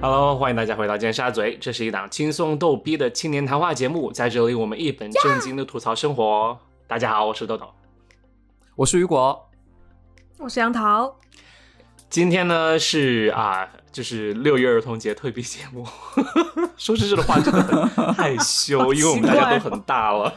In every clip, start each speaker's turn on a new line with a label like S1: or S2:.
S1: Hello，欢迎大家回到尖沙咀，这是一档轻松逗逼的青年谈话节目，在这里我们一本正经的吐槽生活。大家好，我是豆豆。
S2: 我是雨果，
S3: 我是杨哦桃，
S1: 今天呢是啊，就是六一儿童节特别节目。 说出这种话真的很害羞，因为我们大家都很大了。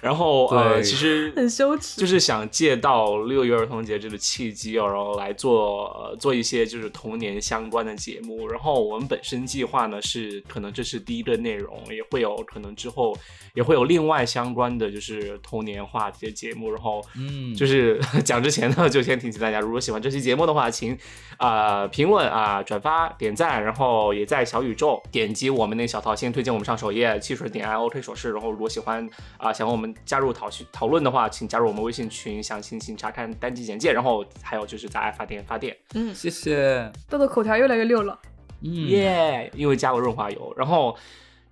S1: 然后呃，
S2: 对
S1: 其实
S3: 很羞耻
S1: 就是想借到六一儿童节这个契机哦，然后来做、呃做一些就是童年相关的节目。然后我们本身计划呢是，可能这是第一个内容，也会有可能之后也会有另外相关的就是童年话题的节目。然后
S2: 嗯
S1: 就是 讲之前呢，就先提醒大家，如果喜欢这期节目的话，请啊、呃评论啊、转发、点赞，然后也在小宇宙点击我们那小桃先推荐我们上首页汽水点 i OK 手势。然后如果喜欢啊、想和我们加入讨讨论的话，请加入我们微信群，详情请查看单集简介。然后还有就是在爱发电发电，
S3: 嗯，
S2: 谢谢，
S3: 豆豆口条越来越溜了，
S2: 嗯
S1: 耶、因为加过润滑油，然后。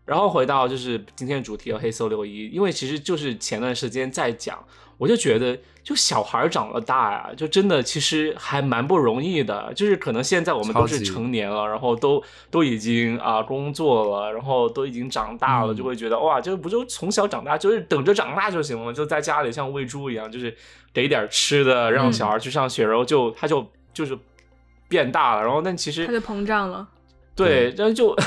S1: 然后回到就是今天的主题了，黑色六一，因为其实就是前段时间在讲，我就觉得就小孩儿长了大呀、就真的其实还蛮不容易的，就是可能现在我们都
S2: 超
S1: 是
S2: 级
S1: 成年了，然后都都已经啊、工作了，然后都已经长大了，
S2: 嗯
S1: 就会觉得哇，这不就从小长大，就是等着长大就行了嘛，就在家里像喂猪一样，就是给点儿吃的，让
S3: 嗯
S1: 小孩儿去上学，然后就他就就是变大了，然后但其实
S3: 他就膨胀了，
S1: 对，但就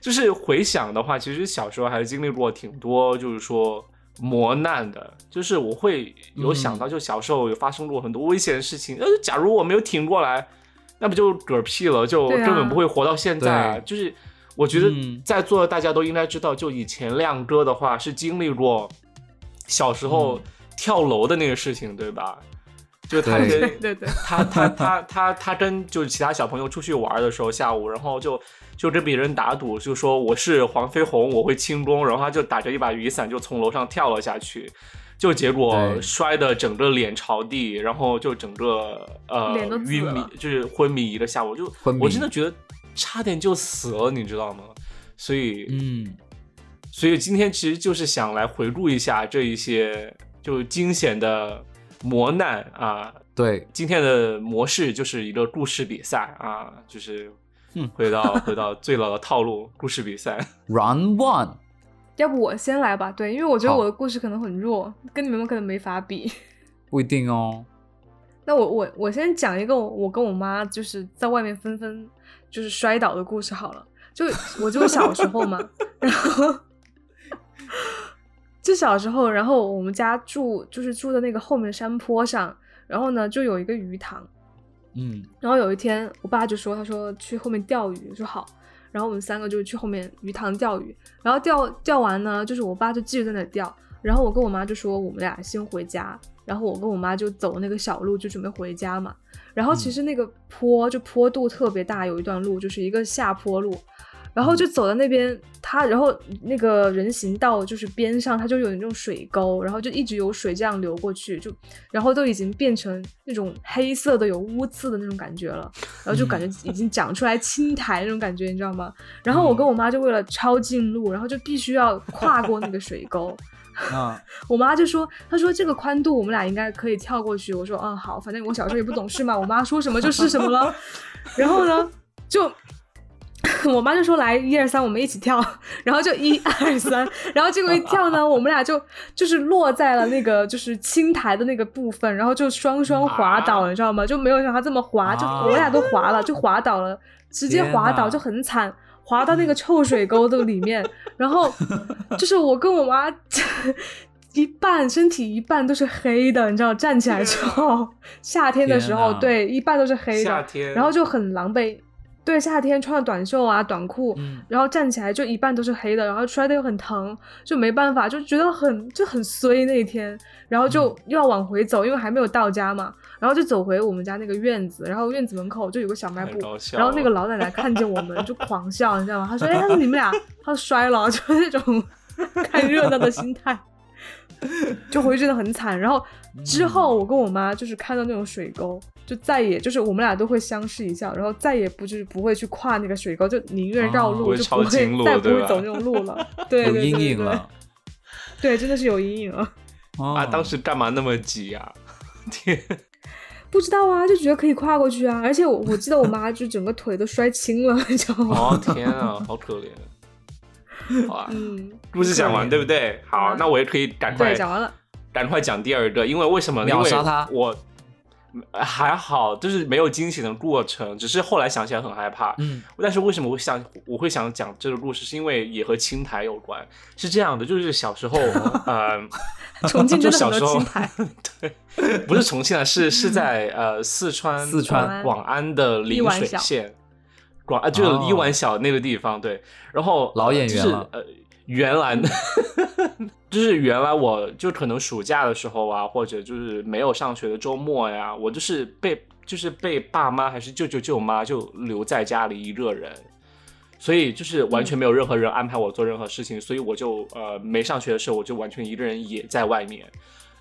S1: 就是回想的话，其实小时候还是经历过挺多，就是说磨难的。就是我会有想到，就小时候有发生过很多危险的事情。呃、假如我没有挺过来，那不就嗝屁了，就
S3: 对啊
S1: 根本不会活到现在啊。
S2: 对
S1: 就是我觉得
S2: 嗯
S1: 在座的大家都应该知道，就以前亮哥的话是经历过小时候
S2: 嗯
S1: 跳楼的那个事情，对吧？就他
S2: 对
S1: 跟
S3: 对 对对，
S1: 他他他他他跟就是其他小朋友出去玩的时候，下午，然后就就跟别人打赌，就说我是黄飞鸿，我会轻功，然后他就打着一把雨伞就从楼上跳了下去，就结果
S2: 对
S1: 摔的整个脸朝地，然后就整个呃
S3: 脸都紫
S1: 晕迷
S3: 了，
S1: 就是昏迷一个下午，就
S2: 昏迷
S1: 我真的觉得差点就死了，你知道吗？所以
S2: 嗯，
S1: 所以今天其实就是想来回顾一下这一些就惊险的磨难啊，
S2: 对，
S1: 今天的模式就是一个故事比赛啊，就是
S2: 嗯
S1: 回到 回到最老的套路，故事比赛。
S2: Round One，
S3: 要不我先来吧，对，因为我觉得
S2: 好
S3: 我的故事可能很弱，跟你们可能没法比。
S2: 不一定哦，
S3: 那我我我先讲一个我我跟我妈就是在外面纷纷就是摔倒的故事好了，就我就小时候嘛， 然后就小时候，然后我们家住就是住的那个后面山坡上，然后呢就有一个鱼塘，
S2: 嗯
S3: 然后有一天，我爸就说，他说去后面钓鱼，我说好。然后我们三个就去后面鱼塘钓鱼，然后钓钓完呢，就是我爸就继续在那里钓，然后我跟我妈就说我们俩先回家，然后我跟我妈就走那个小路就准备回家嘛。然后其实那个坡就坡度特别大，有一段路就是一个下坡路，然后就走到那边，它然后那个人行道就是边上，它就有那种水沟，然后就一直有水这样流过去，就然后都已经变成那种黑色的有污渍的那种感觉了，然后就感觉已经长出来青苔那种感觉，你知道吗？然后我跟我妈就为了抄近路，然后就必须要跨过那个水沟，
S2: 啊，
S3: 我妈就说：“她说这个宽度我们俩应该可以跳过去。”我说：“嗯，好，反正我小时候也不懂事嘛，我妈说什么就是什么了。”然后呢，就 我妈就说：“来，一二三，我们一起跳。”然后就一二三，然后结果一跳呢，我们俩就就是落在了那个就是青苔的那个部分，然后就双双滑倒，你知道吗？就没有想到这么滑，就
S2: 啊
S3: 我们俩都滑了，就滑倒了，直接滑
S2: 天
S3: 倒
S2: 哪
S3: 就很惨。滑到那个臭水沟的里面，然后就是我跟我妈一半身体一半都是黑的，你知道，站起来之后，夏天的时候，
S2: 天哪
S3: 对，一半都是黑
S1: 夏
S3: 的，
S1: 天，
S3: 然后就很狼狈。对，夏天穿着短袖啊、短裤，
S2: 嗯，
S3: 然后站起来就一半都是黑的，然后摔的又很疼，就没办法，就觉得很就很衰那一天，然后就又要往回走，因为还没有到家嘛，然后就走回我们家那个院子，然后院子门口就有个小卖
S1: 太
S3: 部
S1: 搞，笑
S3: 然后那个
S1: 了
S3: 老奶奶看见我们 就狂笑，你知道吗？她说：“哎，她说你们俩，她说摔了， 就是那种 看热闹的心态。”就回去真的很惨，然后之
S1: 嗯
S3: 后我跟我妈就是看到那种水沟，就再也就是我们俩都会相视一笑，然后再也不就是不会去跨那个水沟，就宁愿绕
S2: 哦
S3: 路。
S1: 不啊会
S3: 就
S1: 抄
S3: 不会
S1: 近路
S3: 再不
S1: 对
S3: 会
S1: 吧
S3: 走那种路了。对，
S2: 有
S3: 对
S2: 阴影。了
S3: 对对对，真的是有阴影了。啊
S2: 哦
S1: 啊 啊，当时干嘛那么急啊？天，
S3: 不知道啊，就觉得可以跨过去啊。而且我我记得我妈就整个腿都摔青了，你知道吗？
S1: 哦天啊，好可怜。 好啊，
S3: 嗯，
S1: 故事讲完对不对？好，
S3: 嗯
S1: 那我也可以赶快
S3: 对，讲完了。
S1: 赶快讲第二个，因为为什么呢？因
S2: 秒
S1: 为
S2: 杀他
S1: 我呃还好，就是没有惊喜的过程，只是后来想起来很害怕。
S2: 嗯
S1: 但是为什么我想我会想讲这个故事，是因为也和青苔有关。是这样的，就是小时候， 嗯、
S3: 重庆
S1: 就
S3: 真的
S1: 小
S3: 很
S1: 时
S3: 多
S1: 候
S3: 青 苔，
S1: 呃，不是重庆啊，是是在呃四川
S2: 四川
S1: 呃广安的
S3: 一
S1: 陵
S3: 碗
S1: 水
S3: 小
S1: 县，广啊就是
S2: 哦
S1: 伊碗小那个地方，对。然后
S2: 老演
S1: 就
S2: 员
S1: 是
S2: 了
S1: 呃，原来 就是原来我就可能暑假的时候啊，或者就是没有上学的周末呀，我就是被就是被爸妈还是舅舅舅妈就留在家里一个人。所以就是完全没有任何人安排我做任何事情，所以我就呃没上学的时候，我就完全一个人也在外面，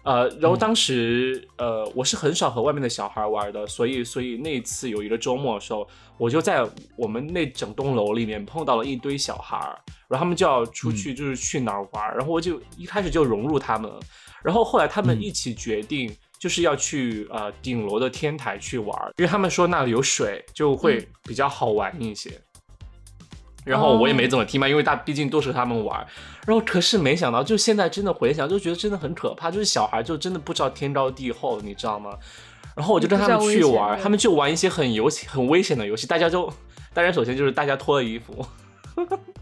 S1: 呃，然后当时呃我是很少和外面的小孩玩的，所以所以那一次有一个周末的时候，我就在我们那整栋楼里面碰到了一堆小孩儿，然后他们就要出去就是去哪儿玩儿，然后我就一开始就融入他们，然后后来他们
S2: 嗯
S1: 一起决定就是要去呃顶楼的天台去玩儿，因为他们说那里有水，就
S3: 嗯
S1: 会比较好玩一些。然后我也没怎么听
S3: 哦
S1: 嘛，因为大毕竟都是他们玩儿。然后可是没想到，就现在真的回想，就觉得真的很可怕，就是小孩就真的不知道天高地厚，你知道吗？然后我就跟他们去玩
S3: 不知道危
S1: 儿，
S3: 险
S1: 他们就玩一些很游戏、很危险的游戏，大家就，当然首先就是大家脱了衣服，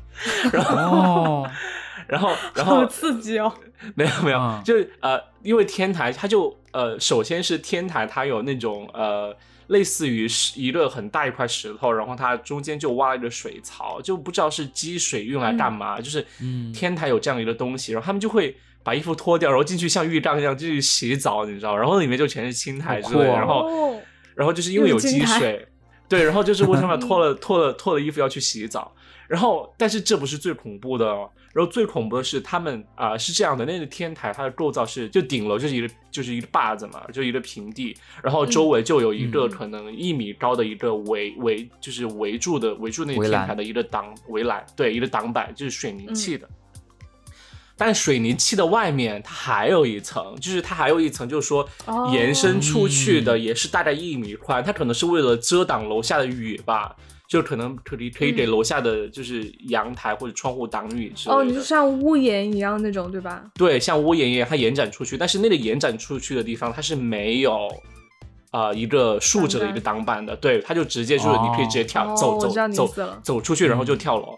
S2: 哦，
S1: 然后然后
S3: 好刺激哦！
S1: 没有没有，
S2: 嗯
S1: 就是呃，因为天台它就呃，首先是天台它有那种呃，类似于是一个很大一块石头，然后它中间就挖了一个水槽，就不知道是积水用来干嘛，就是
S2: 嗯
S1: 天台有这样一个东西，然后他们就会。把衣服脱掉，然后进去像浴缸一样进去洗澡，你知道吗？然后里面就全是青苔之类的，
S2: 好酷哦
S1: 然后，然后就是因为有积
S3: 又是青
S1: 水，对，然后就是为什 么要脱了脱了脱了衣服要去洗澡，然后，但是这不是最恐怖的哦。然后最恐怖的是，他们啊、是这样的，那个天台它的构造是，就顶楼就是一个就是一个坝子嘛，就一个平地，然后周围就有一个
S3: 嗯
S1: 可能一米高的一个围围，就是围住的围住那个
S2: 围
S1: 天
S2: 栏嗯
S1: 台的一个挡围栏，对，一个挡板，就是水泥砌的。但水泥砌的外面，它还有一层，就是它还有一层，就是说
S3: 哦
S1: 延伸出去的
S2: 嗯
S1: 也是大概一米宽，它可能是为了遮挡楼下的雨吧，就可能可以可以给
S3: 嗯
S1: 楼下的就是阳台或者窗户挡雨之类的。
S3: 哦，你就像屋檐一样那种，对吧？
S1: 对，像屋檐一样，它延展出去，但是那个延展出去的地方它是没有。呃，一个竖着的一个挡板的，对，它就直接就是你可以直接跳、
S3: 哦
S1: 走
S3: 我
S1: 走
S3: 知道你意
S1: 走
S3: 思了嗯
S1: 走出去，然后就跳楼。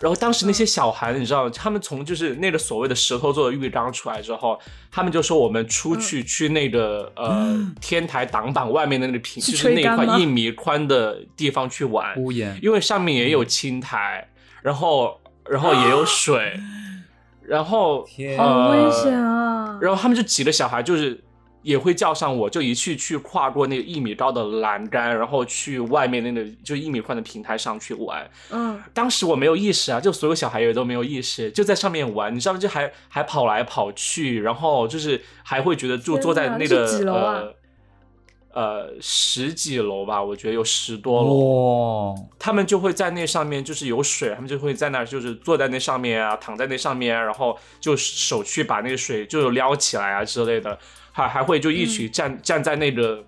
S1: 然后当时那些小孩，你知道，他们从就是那个所谓的石头做的浴缸出来之后，他们就说我们出
S3: 嗯
S1: 去去那个、呃天台挡板外面的那个平，
S3: 去
S1: 就是
S3: 吹
S1: 那一
S3: 干
S1: 块
S3: 吗
S1: 一米宽的地方去玩，
S2: 屋 檐，
S1: 因为上面也有青苔，然后然后也有水，然后
S2: 天
S3: 好危险
S1: 呃
S3: 啊！
S1: 然后他们就几个小孩就是也会叫上我，就一去去跨过那个一米高的栏杆，然后去外面那个就一米宽的平台上去玩。
S3: 嗯，
S1: 当时我没有意识啊，就所有小孩也都没有意识，就在上面玩，你知道吗？就还还跑来跑去，然后就是还会觉得就
S3: 天
S1: 坐在
S3: 哪
S1: 那
S3: 是
S1: 个
S3: 几楼啊
S1: 呃呃十几楼吧，我觉得有十多楼。
S2: 哇，
S1: 他们就会在那上面，就是有水，他们就会在那儿，就是坐在那上面啊，躺在那上面啊，然后就手去把那个水就撩起来啊之类的，还还会就一起站、站在那个。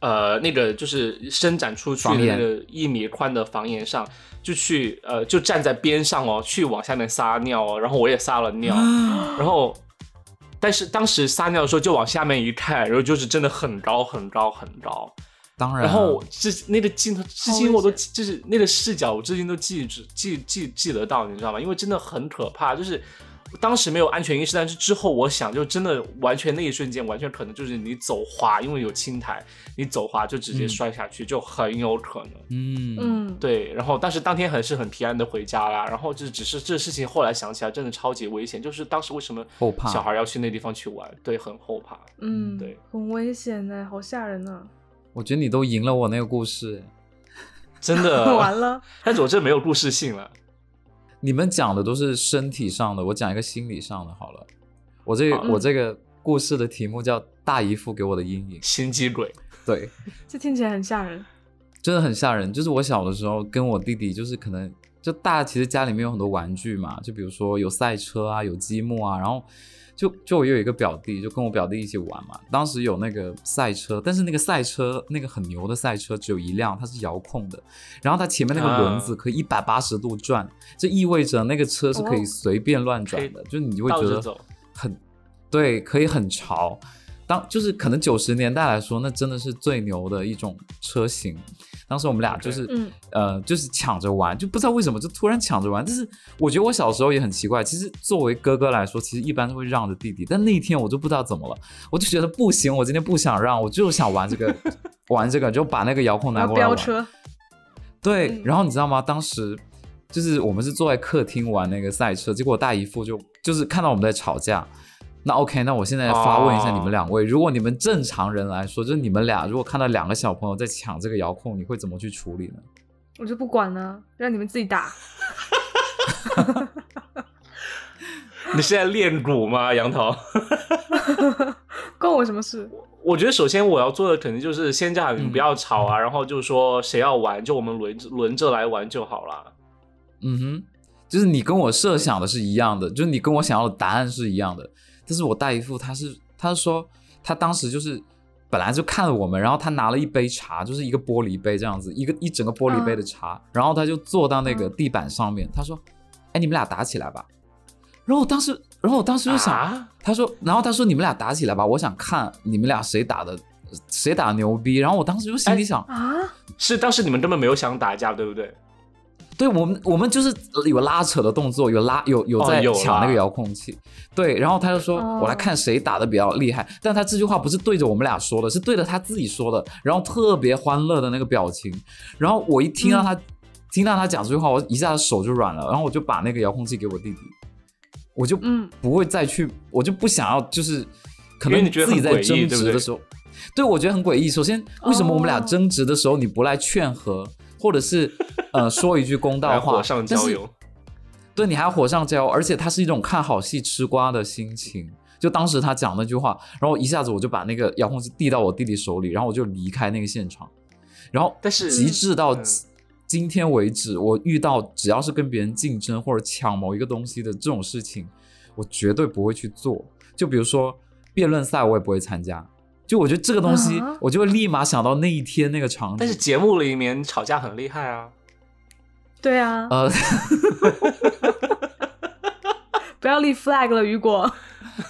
S1: 呃，那个就是伸展出去的
S2: 房
S1: 那
S2: 檐
S1: 个一米宽的房檐上，就去呃，就站在边上哦，去往下面撒尿哦，然后我也撒了尿，然后，但是当时撒尿的时候就往下面一看，然后就是真的很高很高很高，
S2: 当然啊，
S1: 然后这那个镜头，至今
S3: 嗯好
S1: 我都
S3: 危
S1: 记就是那个视角，我至今都记住记记记得到，你知道吗？因为真的很可怕，就是当时没有安全意识，但是之后我想，就真的完全那一瞬间，完全可能就是你走滑，因为有青苔，你走滑就直接
S2: 嗯
S1: 摔下去，就很有可能。
S2: 嗯
S3: 嗯，
S1: 对，然后但是当天还是很平安的回家啦。然后就只是这事情后来想起来，真的超级危险。就是当时为什么
S2: 后怕
S1: 小孩要去那地方去玩？对，很后怕。
S3: 嗯，
S1: 对，
S3: 很危险呢，好吓人啊呢。
S2: 我觉得你都赢了我那个故事。
S1: 真的
S3: 完，了，
S1: 但是我这没有故事性了。
S2: 你们讲的都是身体上的，我讲一个心理上的好了。我这个、
S1: 好
S2: 我这个故事的题目叫《大姨夫给我的阴影》，
S1: 心机鬼，
S2: 对，
S3: 这听起来很吓人。
S2: 真的很吓人。就是我小的时候跟我弟弟，就是可能就大家其实家里面有很多玩具嘛，就比如说有赛车啊，有积木啊，然后就就我有一个表弟，就跟我表弟一起玩嘛。当时有那个赛车，但是那个赛车那个很牛的赛车只有一辆，它是遥控的，然后它前面那个轮
S1: 啊
S2: 子可以一百八十度转，这意味着那个车是可以
S3: 哦
S2: 随便乱转的，就你就会
S1: 倒
S2: 觉
S1: 着
S2: 得
S1: 走，
S2: 很对，可以很潮。当就是可能九十年代来说，那真的是最牛的一种车型。当时我们俩就是
S3: 嗯
S2: 呃，就是抢着玩，就不知道为什么就突然抢着玩。但是我觉得我小时候也很奇怪，其实作为哥哥来说，其实一般都会让着弟弟，但那一天我就不知道怎么了，我就觉得不行，我今天不想让，我就想玩这个，玩这个，就把那个遥控拿
S3: 然后
S2: 过来
S3: 飙
S2: 玩。
S3: 车，
S2: 对
S3: 嗯，
S2: 然后你知道吗？当时就是我们是坐在客厅玩那个赛车，结果我大姨夫就就是看到我们在吵架。那 OK，那我现在发问一下
S1: 哦
S2: 你们两位，如果你们正常人来说，就是你们俩如果看到两个小朋友在抢这个遥控，你会怎么去处理呢？
S3: 我就不管了，让你们自己打。
S1: 你是在练鼓吗，杨桃？
S3: 关我什么事？
S1: 我觉得首先我要做的肯定就是先叫你们
S2: 嗯
S1: 不要吵啊，然后就说谁要玩就我们轮轮着来玩就好了。
S2: 嗯哼，就是你跟我设想的是一样的，就是你跟我想要的答案是一样的。但是我大姨夫他是，他是说他当时就是本来就看了我们，然后他拿了一杯茶，就是一个玻璃杯这样子，一个一整个玻璃杯的茶，然后他就坐到那个
S3: 嗯
S2: 地板上面，他说：“哎，你们俩打起来吧。”然后我当时，然后我当时就想，
S1: 啊
S2: 他说，然后他说你们俩打起来吧，我想看你们俩谁打的谁打得牛逼。然后我当时就心里想，
S3: 啊，
S1: 是当时你们根本没有想打架，对不对？
S2: 对我们，我们就是有拉扯的动作，有拉有有
S1: 哦
S2: 在
S1: 有
S2: 抢
S1: 啦
S2: 那个遥控器。对，然后他就说：“
S3: 哦
S2: 我来看谁打的比较厉害。”但他这句话不是对着我们俩说的，是对着他自己说的，然后特别欢乐的那个表情。然后我一听到他、听到他讲这句话，我一下子手就软了，然后我就把那个遥控器给我弟弟，我就
S3: 嗯，
S2: 不会再去，我就不想要，就是可
S1: 因为
S2: 能
S1: 你觉得
S2: 自己
S1: 很
S2: 在
S1: 诡异
S2: 争
S1: 对不
S2: 执的
S1: 对
S2: 时候，对我觉得很诡异。首先，为什么我们俩
S3: 哦
S2: 争执的时候你不来劝和，或者是呃说一句公
S1: 来
S2: 道话，
S1: 火上浇油，
S2: 对你还要火上浇油，而且它是一种看好戏吃瓜的心情。就当时他讲那句话，然后一下子我就把那个遥控器递到我弟弟手里，然后我就离开那个现场。然后，
S1: 但是
S2: 极致到
S1: 嗯
S2: 今天为止，我遇到只要是跟别人竞争或者抢某一个东西的这种事情，我绝对不会去做。就比如说辩论赛，我也不会参加。就我觉得这个东西
S3: 啊，
S2: 我就会立马想到那一天那个场景。
S1: 但是节目里面吵架很厉害啊。
S3: 对啊，
S2: 呃，
S3: 不要立 flag 了，雨果。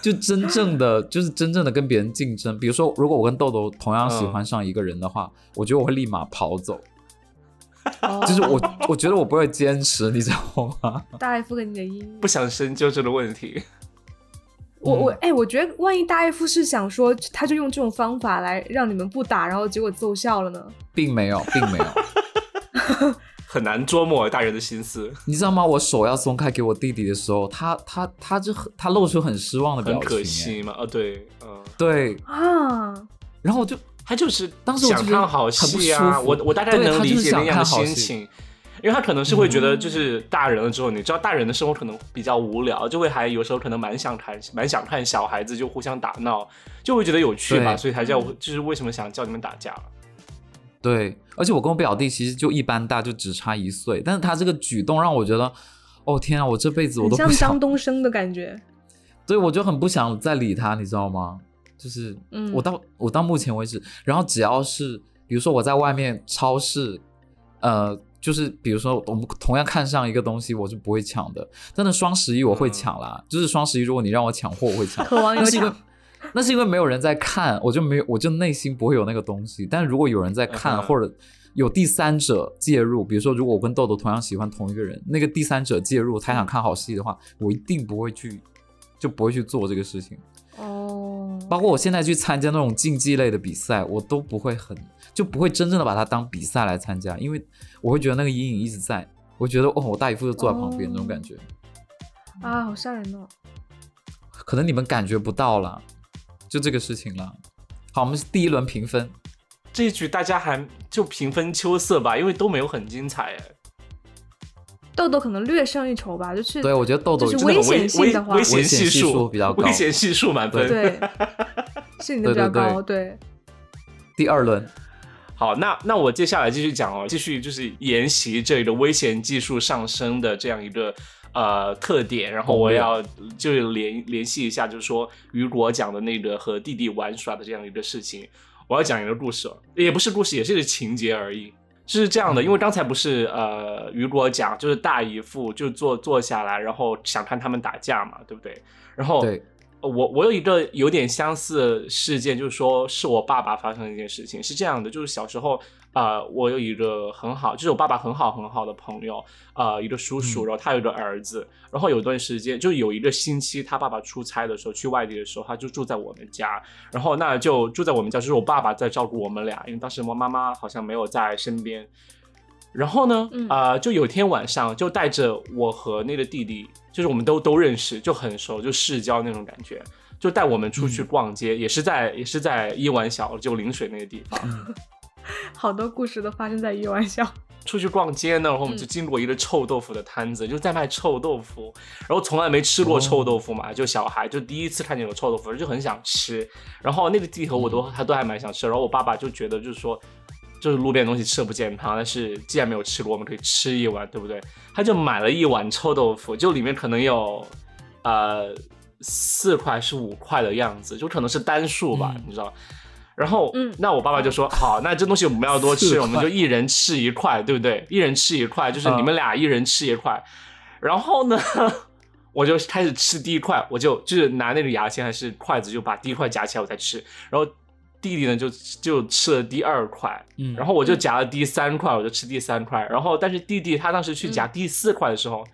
S2: 就真正的就是真正的跟别人竞争。比如说，如果我跟豆豆同样喜欢上一个人的话，我觉得我会立马跑走，就是我 我觉得我不会坚持，你知道吗？
S3: 大 F 给你的阴影
S1: 不。想深究这个问题。
S3: 我我
S2: 嗯
S3: 哎、我觉得万一大 F 是想说，他就用这种方法来让你们不打，然后结果奏效了呢？
S2: 并没有，并没有，
S1: 很难捉摸大人的心思，
S2: 你知道吗？我手要松开给我弟弟的时候，他他他就很他露出很失望的表
S1: 很
S2: 情，
S1: 可
S2: 哎
S1: 惜嘛。啊，对，嗯，
S2: 对，
S3: 啊，
S2: 然后我就
S1: 他就是
S2: 当时我就
S1: 想
S2: 觉得
S1: 看好戏啊，
S2: 很不
S1: 我
S2: 舒服
S1: 我大概
S2: 对
S1: 能
S2: 他
S1: 理
S2: 就是
S1: 解那
S2: 想
S1: 样的
S2: 看好
S1: 心
S2: 戏
S1: 情。因为他可能是会觉得，
S3: 嗯
S1: 就是大人了之后，你知道，大人的生活可能比较无聊，就会还有时候可能蛮想看，蛮想看小孩子就互相打闹，就会觉得有趣吧，
S2: 对嗯
S1: 所以才叫我，就是为什么想叫你们打架。
S2: 对，而且我跟我表弟其实就一般大，就只差一岁，但是他这个举动让我觉得，哦天啊，我这辈子我
S3: 很
S2: 都
S3: 像
S2: 不想
S3: 张东升的感觉。
S2: 所以我就很不想再理他，你知道吗？就是，
S3: 嗯
S2: 我到我到目前为止，然后只要是比如说我在外面超市，呃，就是比如说我们同样看上一个东西，我是不会抢的。但是双十一我会抢啦，就是双十一如果你让我抢货，我会抢。
S3: 渴望有
S2: 那是因为
S3: 抢，
S2: 那是因为没有人在看，我就没有，我就内心不会有那个东西。但如果有人在看，
S1: 嗯哼
S2: 或者有第三者介入，比如说如果我跟豆豆同样喜欢同一个人，那个第三者介入，他想看好戏的话，我一定不会去，就不会去做这个事情。
S3: 哦，
S2: 包括我现在去参加那种竞技类的比赛，我都不会很，就不会真正的把它当比赛来参加，因为我会觉得那个阴影一直在。我觉得哦，我大姨夫就坐在旁边、
S3: 哦
S2: 那种感觉，
S3: 啊，好吓人哦。
S2: 可能你们感觉不到啦，就这个事情啦。好，我们第一轮评分，
S1: 这一局大家还就平分秋色吧，因为都没有很精彩，哎，
S3: 豆豆可能略胜一筹吧，就是
S2: 对，我觉得豆豆
S3: 就是
S2: 真的
S1: 真的很
S3: 危
S1: 危
S3: 险性的话
S1: 危危险
S2: 危险
S1: 系
S2: 系数比较高
S1: 危险系数满分。
S3: 对是你的比较
S2: 对对对
S3: 高，对
S2: 第二轮，
S1: 好，那那我接下来继续讲哦，继续就是沿袭这个危险技术上升的这样一个呃特点，然后我要就是联联系一下，就是说雨果讲的那个和弟弟玩耍的这样一个事情，我要讲一个故事哦，也不是故事，也是一个情节而已。是这样的，因为刚才不是呃雨果讲，就是大姨父就坐坐下来，然后想看他们打架嘛，对不对？然后
S2: 对，
S1: 我我有一个有点相似的事件，就是说是我爸爸发生的一件事情，是这样的，就是小时候，呃，我有一个很好，就是我爸爸很好很好的朋友，呃，一个叔叔，
S2: 嗯
S1: 然后他有一个儿子，然后有段时间，就有一个星期，他爸爸出差的时候，去外地的时候，他就住在我们家，然后那就住在我们家，就是我爸爸在照顾我们俩，因为当时我妈妈好像没有在身边，然后呢，
S3: 嗯
S1: 呃，就有一天晚上就带着我和那个弟弟，就是我们都都认识，就很熟，就世交那种感觉，就带我们出去
S2: 嗯
S1: 逛街，也是在也是在伊湾小就陵水那个地方。
S3: 好多故事都发生在一玩 笑。
S1: 出去逛街呢，然后我们
S3: 嗯
S1: 就经过一个臭豆腐的摊子，就在卖臭豆腐，然后从来没吃过臭豆腐嘛，就小孩就第一次看见有臭豆腐，就很想吃。然后那个地头我都他都还蛮想吃，然后我爸爸就觉得就是说，就是路边的东西吃的不健康，但是既然没有吃过，我们可以吃一碗，对不对？他就买了一碗臭豆腐，就里面可能有，呃，四块是五块的样子，就可能是单数吧，
S2: 嗯
S1: 你知道。然后，
S3: 嗯
S1: 那我爸爸就说：“好，那这东西我们要多
S2: 四
S1: 吃，
S2: 块
S1: 我们就一人吃一块，对不对？一人吃一块，就是你们俩一人吃一块。然后呢， 我就开始吃第一块，我就就是拿那个牙签还是筷子，就把第一块夹起来我再吃。然后弟弟呢就就吃了第二块，
S2: 嗯，
S1: 然后我就夹了第三块，我就吃第三块。然后但是弟弟他当时去夹第四块的时候，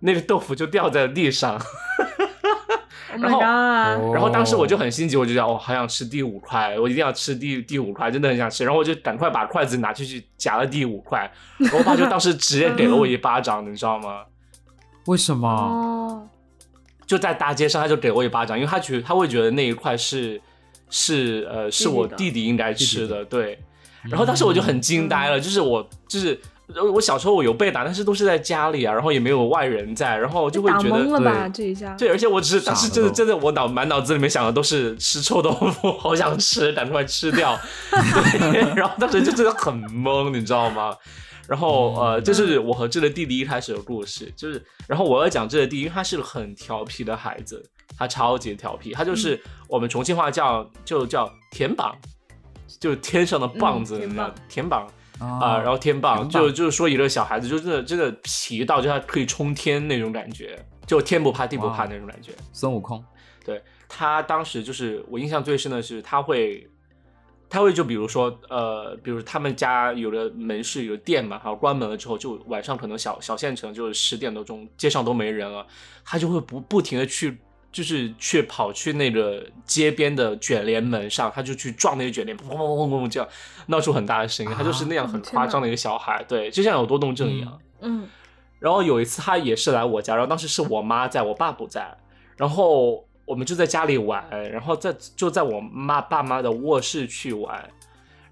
S1: 那个豆腐就掉在地上。
S3: Oh
S1: 然后
S3: my god！
S2: 哦
S1: 然后当时我就很心急，我就想，我、哦、好想吃第五块，我一定要吃第第五块，真的很想吃。然后我就赶快把筷子拿去去夹了第五块，然后我爸就当时直接给了我一巴掌，你知道吗？
S2: 为什么？
S3: 哦，
S1: 就在大街上，他就给我一巴掌，因为他觉他会觉得那一块是是呃是我弟弟应该吃的，嗯对。然后当时我就很惊呆了，就是我就是呃我小时候我有被打，但是都是在家里啊，然后也没有外人在，然后我就会
S3: 打
S1: 觉
S3: 懵
S1: 得
S3: 了吧？
S2: 对
S3: 这一下，
S1: 对，而且我只是
S2: 傻
S1: 当时
S2: 了
S1: 真的
S2: 都
S1: 真的我脑满脑子里面想的都是吃臭豆腐， 好想吃，赶快吃掉。对，然后当时就真的很懵，你知道吗？然后呃，这是我和这个弟弟一开始的故事，就是，然后我要讲这个弟弟，因为他是个很调皮的孩子，他超级调皮，他就是我们重庆话叫就叫天膀，就是天上的棒
S3: 嗯
S1: 子，
S3: 天
S1: 你知道
S3: 膀
S1: 天膀。啊、
S2: 啊
S1: 然后天棒
S2: 天
S1: 就
S2: 棒
S1: 就是说一个小孩子，就真的真的皮到就他可以冲天那种感觉，就天不怕地不怕
S2: 哇
S1: 那种感觉。
S2: 孙悟空，
S1: 他当时就是我印象最深的是他会，他会就比如说呃，比如他们家有的门市有的店嘛，然后关门了之后，就晚上可能小小县城就是十点多钟，街上都没人了，他就会不不停的去。就是去跑去那个街边的卷帘门上，他就去撞那个卷帘，砰砰砰砰砰这样闹出很大的声音。他就是那样
S3: 啊
S1: 很
S3: 天
S1: 夸
S3: 哪
S1: 张的一个小孩，对，就像有多动症一样。
S2: 嗯
S3: 嗯，
S1: 然后有一次他也是来我家，然后当时是我妈在，我爸不在，然后我们就在家里玩，然后在就在我妈爸妈的卧室去玩，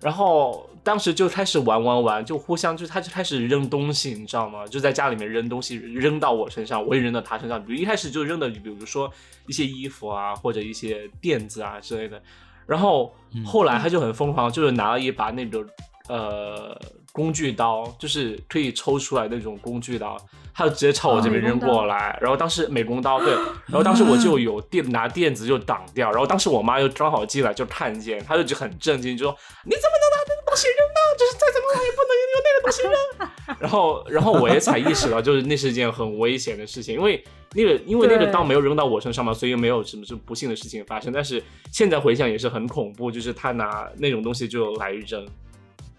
S1: 然后当时就开始玩玩玩，就互相就他就开始扔东西，你知道吗？就在家里面扔东西，扔到我身上，我也扔到他身上。比如一开始就扔的，比如说一些衣服啊，或者一些垫子啊之类的。然后
S2: 嗯
S1: 后来他就很疯狂，就是拿了一把那种呃工具刀，就是可以抽出来那种工具刀，他就直接朝我这边
S3: 哦美
S1: 扔
S3: 工刀嗯
S1: 过来。然后当时美工刀对，然后当时我就有垫拿垫子就挡掉，然后当时我妈就刚好进来就看见，她就很震惊，就说你怎么能把那个东西扔呢？就是再怎么玩也不能用那个东西扔。然后，然后我也才意识到，就是那是一件很危险的事情，因为那个因为那个
S3: 对
S1: 刀没有扔到我身上嘛，所以没有什么就不幸的事情发生。但是现在回想也是很恐怖，就是他拿那种东西就来扔，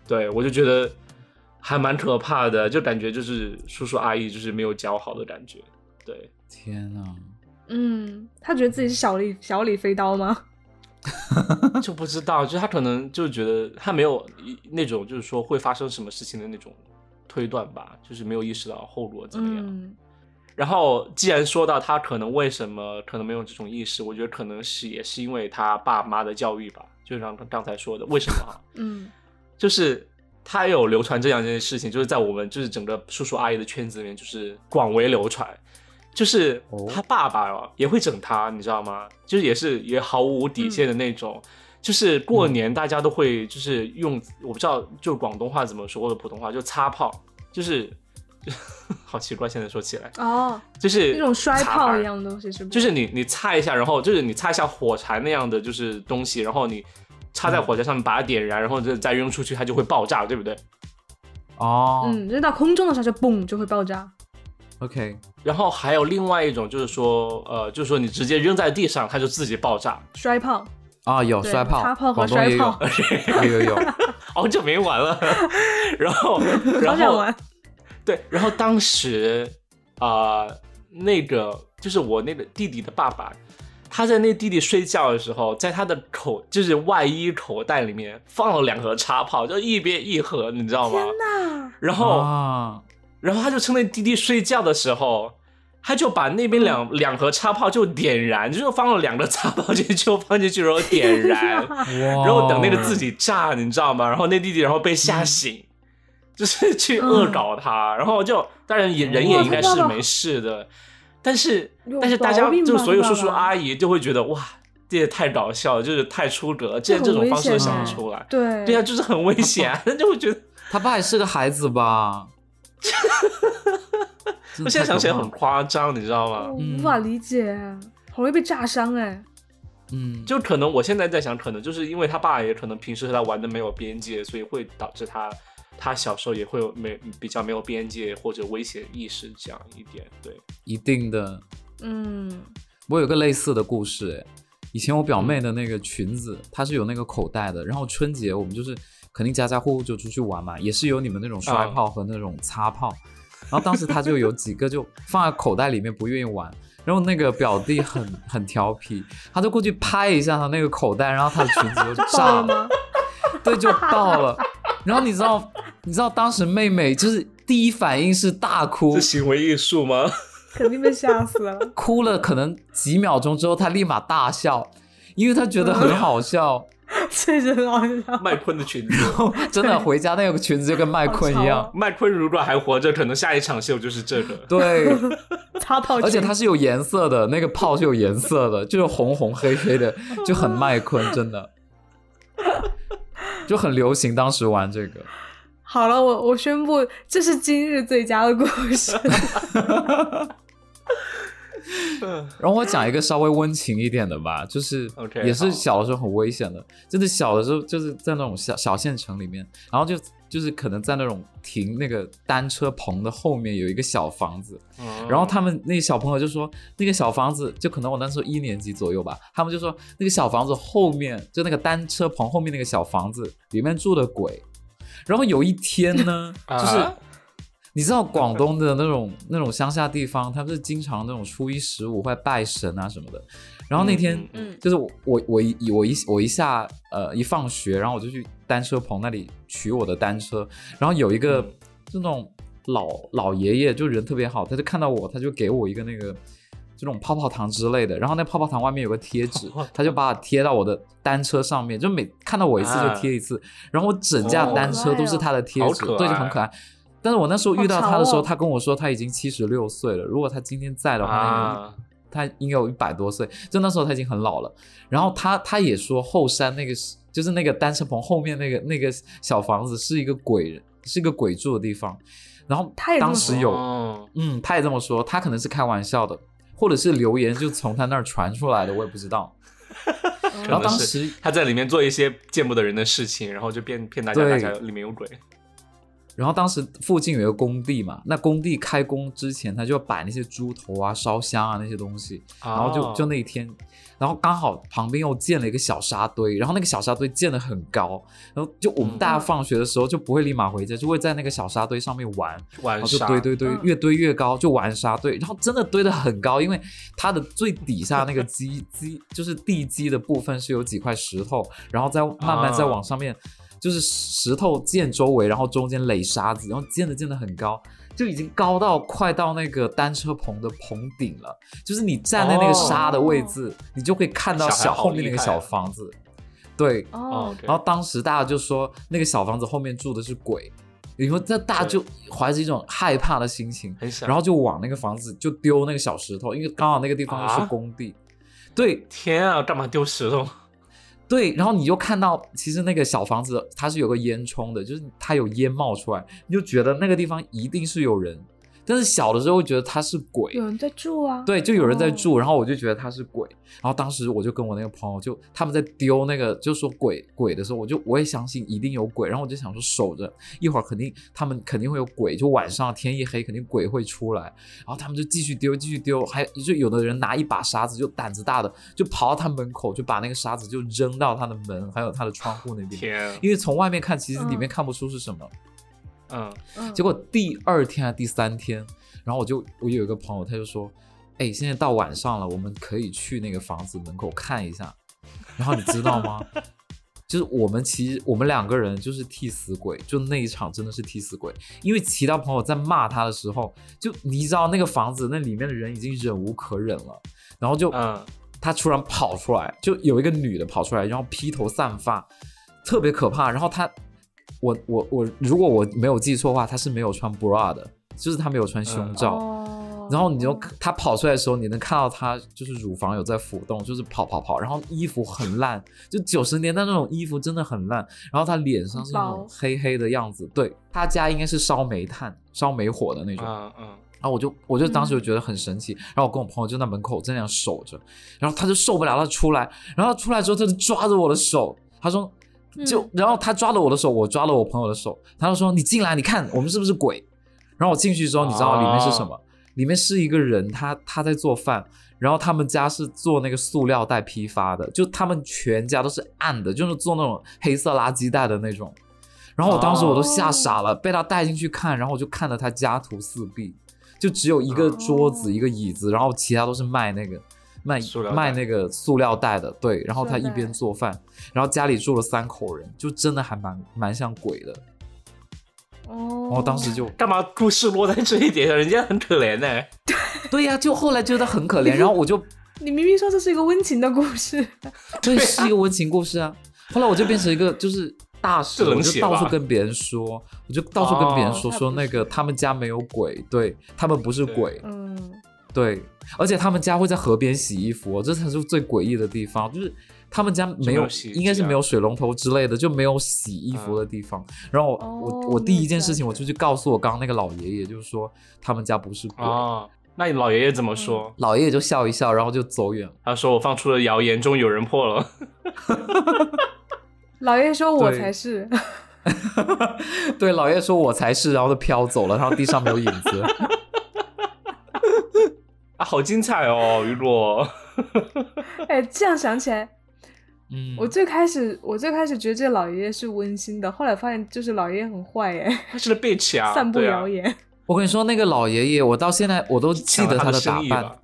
S1: 对我就觉得还蛮可怕的，就感觉就是叔叔阿姨就是没有教好的感觉，对。
S2: 天啊！
S3: 嗯，他觉得自己是小李小李飞刀吗？
S1: 就不知道，就他可能就觉得他没有一那种就是说会发生什么事情的那种推断吧，就是没有意识到后果怎么样。
S3: 嗯，
S1: 然后既然说到他可能为什么可能没有这种意识，我觉得可能是也是因为他爸妈的教育吧，就像刚才说的，为什么啊？
S3: 嗯，
S1: 就是他有流传这样一件事情，就是在我们就是整个叔叔阿姨的圈子里面，就是广为流传。就是
S2: 哦
S1: 他爸爸哦，也会整他，你知道吗？就是也是也毫无底线的那种。就是过年大家都会就是用，我不知道就广东话怎么说或者普通话，就擦炮，就是 好奇怪，现在说起来
S3: 哦，
S1: 就是
S3: 那种摔
S1: 擦牌
S3: 炮
S1: 儿
S3: 一样的东西是不
S1: 就是你你擦一下，然后就是你擦一下火柴那样的就是东西，然后你插在火柴上面把它点燃，然后再再扔出去，它就会爆炸，对不对？
S2: 哦、
S3: 嗯，扔到空中的时候就嘣就会爆炸。
S2: o k
S1: 然后还有另外一种就是说，呃，就是说你直接扔在地上，它就自己爆炸。
S3: 摔炮，
S2: 啊，有
S3: 对
S2: 摔炮，
S3: 擦炮
S2: 广
S3: 和
S2: 东 也有
S3: 摔炮，，
S2: 有有 有，
S1: 哦，这没完了。 然后，
S3: 好
S1: 然
S3: 想
S1: 后
S3: 玩。
S1: 对，然后当时啊、呃那个就是我那个弟弟的爸爸，他在那弟弟睡觉的时候，在他的口就是外衣口袋里面放了两盒插炮，就一边一盒，你知道吗？
S3: 那
S1: 然后，
S2: 啊，
S1: 然后他就趁那弟弟睡觉的时候。他就把那边两两盒插炮就点燃，就是放了两个插炮进去，放进去然后点燃，
S3: 呀
S2: 然
S1: 然后等那个自己
S3: 哦
S1: 炸，你知道吗？然后那弟弟然后被吓醒，
S3: 嗯
S1: 就是去恶搞他，然后就当然也人也
S3: 哇
S1: 应该
S3: 他
S1: 是
S3: 爸爸
S1: 没事的，但是
S3: 嗯有
S1: 但是大家
S3: 毛病吧
S1: 就所有叔叔
S3: 爸爸
S1: 阿姨就会觉得哇，这也太搞笑了，就是太出格了，竟然
S3: 这
S1: 这种
S3: 很危
S1: 方式都
S3: 险
S1: 想得
S2: 哎
S1: 出来，
S3: 对
S1: 对啊，就是很危险 啊，那就会觉得
S2: 他爸也是个孩 子吧？
S3: 嗯
S1: 我现在想起来很
S2: 快，
S1: 夸张，你知道吗？
S3: 我
S2: 嗯
S3: 无法理解，很容易被炸伤哎。
S2: 嗯，
S1: 就可能我现在在想，可能就是因为他爸也可能平时和他玩的没有边界，所以会导致他他小时候也会有没比较没有边界或者危险意识这样一点。对，
S2: 一定的。
S3: 嗯，
S2: 我有个类似的故事，哎以前我表妹的那个裙子，它是有那个口袋的。然后春节我们就是肯定家家户户就出去玩嘛，也是有你们那种摔炮和那种擦炮。然后当时她就有几个就放在口袋里面不愿意玩，然后那个表弟很 很调皮，他就过去拍一下他那个口袋，然后他的裙子就
S3: 爆
S2: 炸
S3: 了 吗？
S2: 对，就爆了。然后你知道，你知道当时妹妹就是第一反应是大哭
S1: 是，行为艺术吗？
S3: 肯定被吓死了。
S2: 哭了可能几秒钟之后，她立马大笑，因为她觉得很好笑。
S3: 这人好笑。
S1: 麦昆的裙子，
S2: 真的回家那个裙子就跟麦昆一
S3: 好
S2: 样，
S1: 麦昆如果还活着，可能下一场秀就是这个。
S2: 对，
S3: 擦炮
S2: 而且
S3: 群
S2: 它是有颜色的，那个炮是有颜色的，就是红红黑黑的，就很麦昆，真的。就很流行，当时玩这个，
S3: 好了，我我宣布，这是今日最佳的故事。
S1: 嗯
S2: 然后我讲一个稍微温情一点的吧，就是
S1: OK，好
S2: 也是小的时候很危险的，真的小的时候就是在那种小小县城里面，然后就就是可能在那种停那个单车棚的后面有一个小房子，
S1: 哦
S2: 然后他们那个小朋友就说，那个小房子就可能我那时候一年级左右吧，他们就说那个小房子后面就那个单车棚后面那个小房子里面住的鬼。然后有一天 呢，
S1: 啊
S2: 就是你知道广东的那种那种乡下地方，他们是经常那种初一十五会拜神啊什么的。然后那天
S1: 嗯嗯
S2: 就是我我我一我一我一下呃一放学，然后我就去单车棚那里取我的单车，然后有一个
S1: 嗯
S2: 就那种老老爷爷，就人特别好，他就看到我，他就给我一个那个这种泡泡糖之类的，然后那泡泡糖外面有个贴纸
S1: 泡泡糖，
S2: 他就把它贴到我的单车上面，就每看到我一次就贴一次，然后我整架
S1: 啊哦
S2: 单车都是他的贴纸，
S1: 好可爱
S2: 对，就很可爱。但是我那时候遇到他的时
S3: 好潮
S2: 候，
S3: 哦
S2: 他跟我说他已经七十六岁了，如果他今天在的话，
S1: 啊，
S2: 他应该有一百多岁，就那时候他已经很老了。然后他他也说后山那个是就是那个单身棚后面那个那个小房子是一个鬼人，是一个鬼住的地方。然后
S3: 他也这么
S2: 当时
S3: 说
S2: 有
S1: 哦
S2: 嗯，他也这么说，他可能是开玩笑的，或者是留言就从他那儿传出来的，我也不知道。
S3: 哦
S2: 然后当时
S1: 他在里面做一些见不得人的事情，然后就骗骗大家，
S2: 对
S1: 大家里面有鬼。
S2: 然后当时附近有一个工地嘛，那工地开工之前，他就要摆那些猪头啊、烧香啊那些东西，然后
S1: 哦
S2: 就就那一天，然后刚好旁边又建了一个小沙堆，然后那个小沙堆建得很高，然后就我们
S1: 嗯
S2: 大家放学的时候就不会立马回家，就会在那个小沙堆上面玩，然
S1: 晚
S2: 哦后就
S1: 上
S2: 堆堆堆
S3: 嗯，
S2: 越堆越高，就玩沙堆，然后真的堆得很高，因为它的最底下那个基基就是地基的部分是有几块石头，然后再慢慢再
S1: 啊
S2: 往上面，就是石头建周围，然后中间垒沙子，然后建的建的很高，就已经高到快到那个单车棚的棚顶了，就是你站在那个沙的位置，你就可以看到
S1: 哦小孩
S2: 小
S1: 好
S2: 后面
S1: 厉
S2: 那个
S1: 害啊
S2: 小房子，对，
S1: 哦
S3: 哦，
S1: ，OK，
S2: 然后当时大家就说那个小房子后面住的是鬼，你说这大家就怀着一种害怕的心情，
S1: 很想，
S2: 然后就往那个房子就丢那个小石头，因为刚好那个地方又
S1: 啊
S2: 是工地，对
S1: 天啊，干嘛丢石头？
S2: 对，然后你就看到，其实那个小房子它是有个烟囱的，就是它有烟冒出来，你就觉得那个地方一定是有人。但是小的时候会觉得它是鬼，
S3: 有人在住啊，
S2: 对，就有人在
S3: 哦
S2: 住，然后我就觉得他是鬼，然后当时我就跟我那个朋友就他们在丢那个就说鬼鬼的时候，我就我也相信一定有鬼，然后我就想说守着，一会儿肯定他们肯定会有鬼，就晚上天一黑肯定鬼会出来，然后他们就继续丢继续丢，还就有的人拿一把沙子就胆子大的就跑到他门口就把那个沙子就扔到他的门还有他的窗户那边，
S1: 天，
S2: 因为从外面看其实里面
S3: 嗯
S2: 看不出是什么，
S1: 嗯，
S3: 嗯
S2: 结果第二天还是第三天，然后我就我有一个朋友，他就说：“哎，现在到晚上了，我们可以去那个房子门口看一下。”然后你知道吗？ 就是我们其实我们两个人就是替死鬼，就那一场真的是替死鬼，因为其他朋友在骂他的时候，就你知道那个房子那里面的人已经忍无可忍了，然后就
S1: 嗯
S2: 他突然跑出来，就有一个女的跑出来，然后披头散发，特别可怕。然后她，我我我，如果我没有记错的话，她是没有穿 bra 的，就是她没有穿胸罩。
S3: 哦
S2: 然后你就她跑出来的时候，你能看到她就是乳房有在浮动，就是跑跑跑。然后衣服很烂，就九十年代那种衣服真的很烂。然后她脸上是那
S3: 很
S2: 种
S3: 薄
S2: 黑黑的样子，对，她家应该是烧煤炭、烧煤火的那种。
S1: 嗯嗯，
S2: 然后我就我就当时就觉得很神奇，然后我跟我朋友就在门口这样守着，然后他就受不了，他出来，然后他出来之后他就抓着我的手，他说就，
S3: 嗯
S2: 然后他抓了我的手，我抓了我朋友的手，他就说你进来，你看我们是不是鬼？然后我进去之后，你知道里面是什么？里面是一个人，他他在做饭，然后他们家是做那个塑料袋批发的，就他们全家都是暗的，就是做那种黑色垃圾袋的那种。然后我当时我都吓傻了，被他带进去看，然后我就看着他家徒四壁，就只有一个
S1: 嗯
S2: 桌子、
S3: 哦
S2: 一个椅子，然后其他都是卖那个卖
S1: 塑料袋
S2: 卖那个塑料袋的，对。然后他
S3: 塑料
S2: 一
S3: 袋
S2: 边做饭，然后家里住了三口人，就真的还蛮蛮像鬼的。
S3: 哦，
S2: 然后当时就
S1: 干嘛故事落在这一点上？人家很可怜呢。
S2: 对呀、就后来觉得很可怜，然后 我就
S3: 你明明说这是一个温情的故事，
S2: 对，是一个温情故事啊。后来我就变成一个就是大使，
S1: 这冷
S2: 我
S1: 血
S2: 就到处
S1: 吧
S2: 跟别人说，我就到处跟别人
S1: 哦
S2: 说、
S3: 那
S2: 说
S3: 不
S2: 那个
S3: 是
S2: 他们家没有鬼，对他们不是
S1: 对
S2: 鬼，
S3: 嗯，
S2: 对，而且他们家会在河边洗衣服、哦这才是最诡异的地方，就是他们家没
S1: 没
S2: 有，
S1: 有洗衣机
S2: 应该是
S1: 啊
S2: 没有水龙头之类的，就没有洗衣服的地方。然后我、我我
S3: 哦
S2: 第
S3: 那
S2: 一件
S3: 这
S2: 事情，
S3: 样
S2: 我就去告诉我刚刚那个老爷爷，就是说他们家不是鬼。
S1: 哦，嗯那你老爷爷怎么说？
S2: 老爷爷就笑一笑，然后就走远了。
S1: 他说我放出了谣言，终于有人破了。
S3: 老爷说我
S2: 对
S3: 才是，
S2: 对，老爷爷说我才是，然后就飘走了，然后地上没有影子。
S1: 啊，好精彩哦，雨果。
S3: 哎，这样想起来，
S2: 嗯，
S3: 我最开始我最开始觉得这老爷爷是温馨的，后来发现就是老爷爷很坏耶，
S1: 他是个 bitch 啊，
S3: 散布
S1: 对
S3: 谣言。
S2: 我跟你说，那个老爷爷，我到现在我都
S1: 啊，
S2: 记得
S1: 他
S2: 的打
S1: 生意
S2: 扮，
S1: 吧。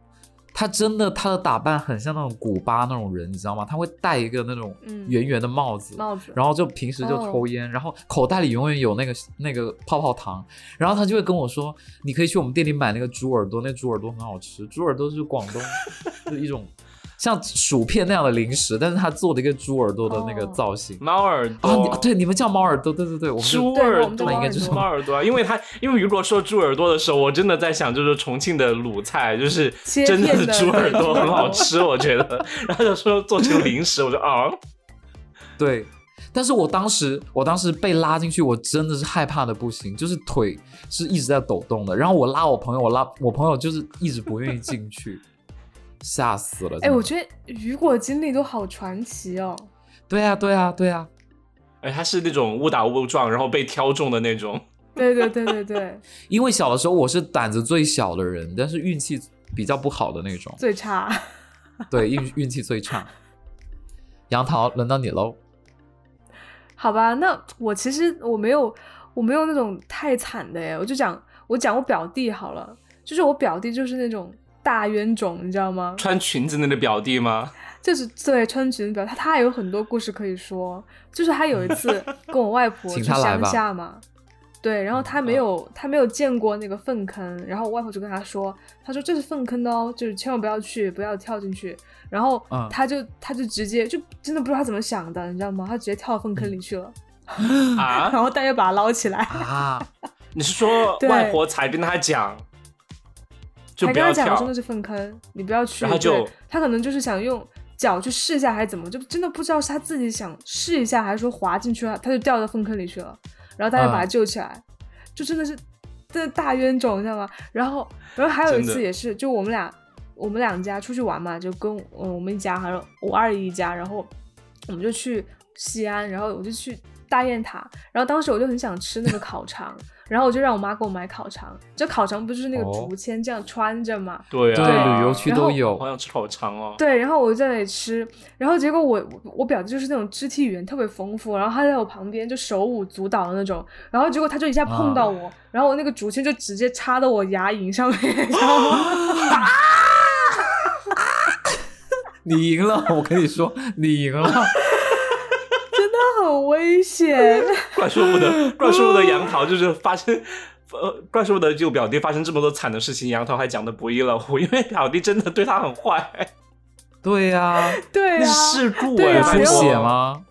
S2: 他真的他的打扮很像那种古巴那种人，你知道吗？他会戴一个那种
S3: 嗯
S2: 圆圆的帽子，
S3: 帽子，
S2: 然后就平时就
S3: 哦
S2: 抽烟，然后口袋里永远有那个那个泡泡糖，然后他就会跟我说，你可以去我们店里买那个猪耳朵，那猪耳朵很好吃，猪耳朵是广 东是一种像薯片那样的零食，但是他做的一个猪耳朵的那个
S3: 哦
S2: 造型。
S1: 猫耳
S2: 啊，
S1: 朵
S2: 你，对，你们叫猫耳朵，对对对，我们就
S1: 猪
S3: 对
S1: 耳
S3: 我们
S1: 朵
S3: 的
S2: 应该就是
S1: 猫耳朵啊，因为他因为雨果说猪耳朵的时候，我真的在想，就是重庆的卤菜，就是
S3: 切
S1: 真的
S3: 片
S1: 是
S3: 的
S1: 猪耳朵
S3: 猪耳
S1: 很
S3: 朵
S1: 好吃， 我觉得。然后就说做成零食，我就啊，
S2: 对，但是我当时，我当时被拉进去，我真的是害怕的不行，就是腿是一直在抖动的。然后我拉我朋友，我拉我朋友就是一直不愿意进去，吓死了。
S3: 哎，我
S2: 得
S3: 觉得雨果经历都好传奇哦。
S2: 对啊，对啊，对啊，
S1: 哎，他是那种误打误撞，然后被挑中的那种。
S3: 对对对对对，
S2: 因为小的时候我是胆子最小的人，但是运气比较不好的那种，
S3: 最差。
S2: 对，运运气最差。 杨桃，轮到你喽。
S3: 好吧，那我其实我没有我没有那种太惨的耶，我就讲我讲我表弟好了，就是我表弟就是那种大冤种，你知道吗？
S1: 穿裙子那个表弟吗？
S3: 就是对穿裙子表，他他有很多故事可以说。就是他有一 次跟我外婆
S2: 请
S3: 去
S2: 他来
S3: 乡
S2: 吧嗯
S3: 下嘛，对，然后他没有、他没有见过那个粪坑，然后我外婆就跟他说，他说这是粪坑的哦，就是千万不要去，不要跳进去。然后
S2: 嗯
S3: 他就、他就直接就真的不知道他怎么想的，你知道吗？他直接跳粪坑里去了，
S1: 啊，
S3: 然后大家把他捞起来。
S2: 啊，
S1: 你是说
S3: 对
S1: 外婆才跟他讲，就
S3: 还
S1: 不
S3: 跟
S1: 要
S3: 他讲
S1: 跳
S3: 真的是粪坑，你不要去。
S1: 然后
S3: 对
S1: 就
S3: 他可能就是想用脚去试一下还是怎么，就真的不知道是他自己想试一下，还是说滑进去了，他就掉到粪坑里去了，然后大家把他
S1: 啊
S2: 嗯
S3: 救起来，就真的是真的大冤种，你知道吗？然后，然后还有一
S1: 真
S3: 次
S1: 的
S3: 也是，就我们俩我们两家出去玩嘛，就跟嗯我们一家还有我二姨一家，然后我们就去西安，然后我就去大雁塔，然后当时我就很想吃那个 烤肠，然后我就让我妈给我买烤肠，这烤肠不就是那个
S2: 哦
S3: 竹签这样穿着嘛，
S1: 对
S2: 对，
S1: 啊，
S2: 旅游区
S3: 然后
S2: 都有
S1: 好。想吃烤肠哦。
S3: 对，然后我就在那里吃，然后结果我我我表弟就是那种肢体语言特别丰富，然后他在我旁边就手舞足蹈的那种，然后结果他就一下碰
S1: 啊
S3: 到我，然后我那个竹签就直接插到我牙龈上面， 你知道 吗？
S2: 你赢了，我跟你说，你赢了。
S3: 那很危险。
S1: 怪叔父的怪叔父的杨桃就是发生。呃，怪叔父的就表弟发生这么多惨的事情，杨桃还讲的不亦乐乎，因为表弟真的对他很坏，
S2: 对呀、
S3: 对
S1: 那
S3: 啊，
S1: 是事故
S3: 对
S1: 哎，
S2: 有
S3: 啊
S2: 出
S1: 拜托
S2: 血？吗？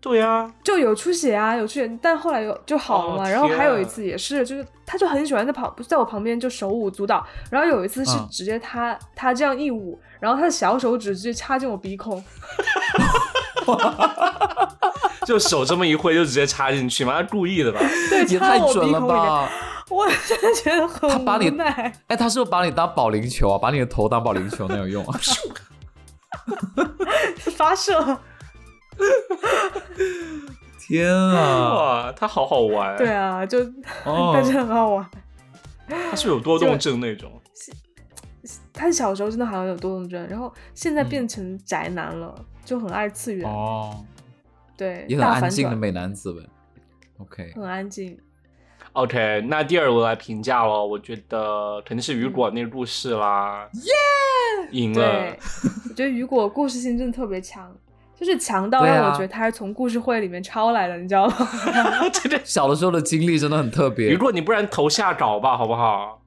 S1: 对啊，
S3: 就有出血啊，有出血，但后来有就好了嘛。
S1: 哦
S3: 然后还有一
S1: 天
S2: 啊
S3: 次也是，就是他就很喜欢在旁在我旁边就手舞足蹈，然后有一次是
S2: 嗯
S3: 直接他、他这样一舞，然后他的小手指直接插进我鼻 孔，
S1: 就手这么一挥就直接插进去嘛，他故意的吧？
S3: 对，
S2: 也
S3: 插
S2: 太
S3: 到我
S2: 准
S3: 鼻
S2: 了
S3: 孔里面，
S2: 吧！
S3: 我真的觉得很
S2: 他把你
S3: 无奈。
S2: 哎，他是不是把你当保龄球啊？把你的头当保龄球那有 用啊？
S3: 发射，
S2: 天啊！
S1: 哇，他好好玩，
S3: 对，啊，就、
S2: 哦
S3: 但是很好玩。
S1: 他是有多动症那种，
S3: 他小时候真的好像有多动症，然后现在变成宅男了，就很二次元，
S2: 嗯哦，
S3: 对，
S2: 也很
S3: 大
S2: 安
S3: 反
S2: 静的
S3: 转，
S2: 美男子呗。OK，
S3: 很安静。
S1: OK，那第二轮来评价咯，我觉得肯定是雨
S2: 嗯
S1: 果那个故事啦，耶，赢了
S3: 对，，我觉得雨果故事性真的特别强，就是强到
S2: 对啊
S3: 让我觉得他是从故事会里面抄来的，你知道吗？
S1: 真 的，
S2: 小的时候的经历真的很特
S1: 雨
S2: 别。
S1: 果你不然投下稿吧，好不好？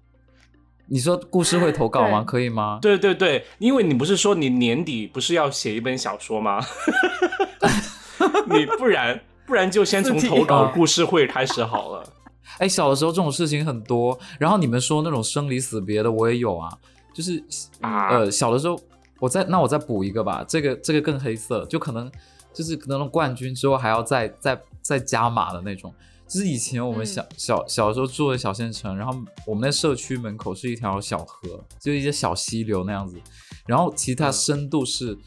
S2: 你说故事会投稿吗？
S3: 对
S2: 可以吗？
S1: 对对对，因为你不是说你年底不是要写一本小说吗？ 你不然不然就先从投稿
S2: 啊
S1: 故事会开始好了。
S2: 哎，小的时候这种事情很多，然后你们说那种生离死别的，我也有啊，就是、
S1: 啊
S2: 呃，小的时候，我再那我再补一个吧，这个这个更黑色，就可能就是可能冠军之后还要再再再加码的那种。就是以前我们小、小小时候住的小县城，然后我们那社区门口是一条小河，就一些小溪流那样子，然后其实它
S1: 嗯
S2: 深度是，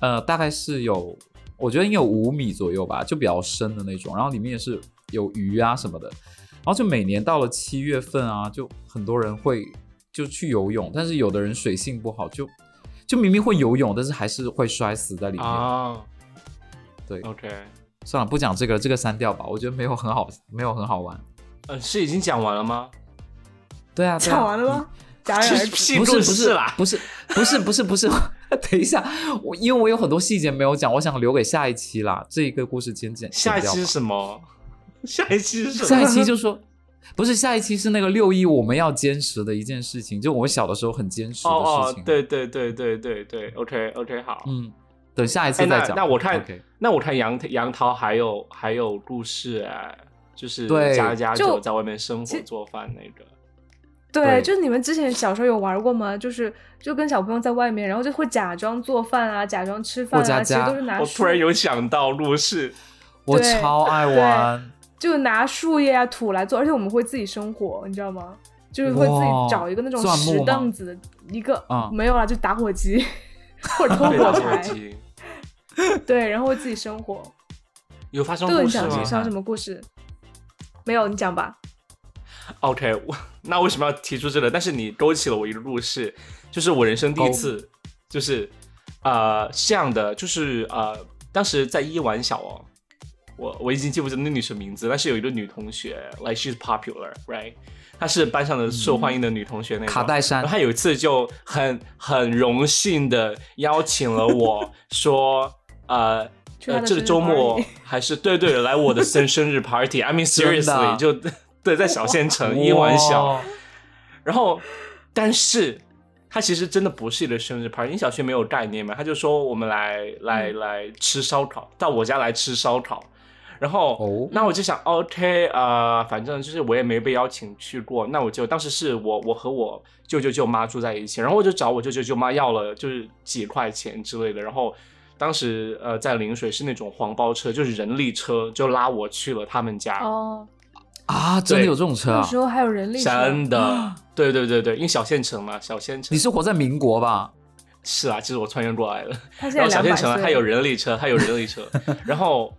S2: 呃，大概是有，我觉得应该有五米左右吧，就比较深的那种，然后里面也是有鱼啊什么的，然后就每年到了七月份啊，就很多人会就去游泳，但是有的人水性不好，就就明明会游泳，但是还是会摔死在里面。
S1: 啊，
S2: 对
S1: ，OK，
S2: 算了，不讲这个了，这个删掉吧，我觉得没有很好，没有很好玩。
S1: 呃，是已经讲完了吗？
S2: 对啊，对啊
S3: 讲完了吗？？戛 然
S1: 这
S3: 而
S1: 是
S3: 止。
S1: 屁
S2: 哎你不是
S1: 故
S2: 不
S1: 事
S2: 是
S1: 啦，
S2: 不是不是不是不是， 等一下，我因为我有很多细节没有讲，我想留给下一期啦。这一个故事剪剪
S1: 下一
S2: 剪掉
S1: 期是
S2: 吧
S1: 什么？ 下一期是什么？
S2: 下一期 就说，不是下一期是那个六一我们要坚持的一件事情，就我们小的时候很坚持的
S1: 哦
S2: 事
S1: 哦
S2: 情。，
S1: 对对对对对对，OK OK，好。
S2: 嗯，等下一次
S1: 哎，那
S2: 再讲。
S1: 那我看
S2: OK
S1: 那我看杨杨桃还有还有故事哎，就是
S2: 对
S1: 家家
S3: 就
S1: 酒在外面生
S3: 其
S1: 火做饭那个。
S3: 对，
S1: 啊
S2: 对
S3: 就是你们之前小时候有玩过吗？就是就跟小朋友在外面，然后就会假装做饭啊，假装吃饭
S2: 过家
S3: 啊，其实
S2: 家
S3: 都是拿
S1: 我
S3: 树
S1: 突，然有想到陆氏，
S2: 我
S3: 对
S2: 超爱玩，
S3: 就拿树叶啊、土来做，而且我们会自己生火，你知道吗？就是会自己
S2: 哇
S3: 找一个那种
S2: 钻木
S3: 石
S2: 吗
S3: 凳子，一个、
S2: 嗯
S3: 没有啦，就打火机 或者偷
S1: 对
S3: 火
S1: 打火
S3: 柴，
S1: 机，
S3: 对，然后会自己生火。
S1: 有发生
S3: 都很
S1: 故事
S3: 想
S2: 吗
S3: 想
S1: 吗
S3: 上什么故事？没有，你讲吧。
S1: ？OK，我那为什么要提出这个？但是你勾起了我一个故事，就是我人生第一次，就是呃是这样的，就是呃当时在一玩小哦。我我已经记不住那女生名字，但是有一个女同学，like she's popular，right？她是班上的受欢迎的女同学那种。
S2: 卡戴珊
S1: 然后他有一次就很很荣幸的邀请了 我说，呃。
S3: 去他
S1: 呃，
S3: 的
S1: 这个周末
S3: 生日 party
S1: 还是对对来我的生生日 party，I mean
S2: 真的
S1: seriously，
S2: 啊
S1: 就对，在小县城一玩小，
S2: 哇，
S1: 然后但是他其实真的不是一个生日 party，你小学没有概念嘛，他就说我们来来
S3: 嗯
S1: 来吃烧烤，到我家来吃烧烤，然后
S2: 哦
S1: 那我就想，OK，呃，反正就是我也没被邀请去过，那我就当时是我我和我舅舅舅妈住在一起，然后我就找我舅舅舅妈要了就是几块钱之类的，然后当时呃在陵水是那种黄包车，就是人力车，就拉我去了他们家。
S3: 哦，
S2: 啊，真的有这种车
S3: 那
S2: 啊
S3: 时？候还有人力车，
S1: 真 的，对对对对，因为小县城嘛，小县城
S2: 你是活在民国吧？
S1: 是啊，这是我穿越过来的。
S3: 他 现
S1: 然后
S3: 在
S1: 小
S3: 两百
S1: 县城
S3: 岁，
S1: 还有人力车，还有人力车， 然后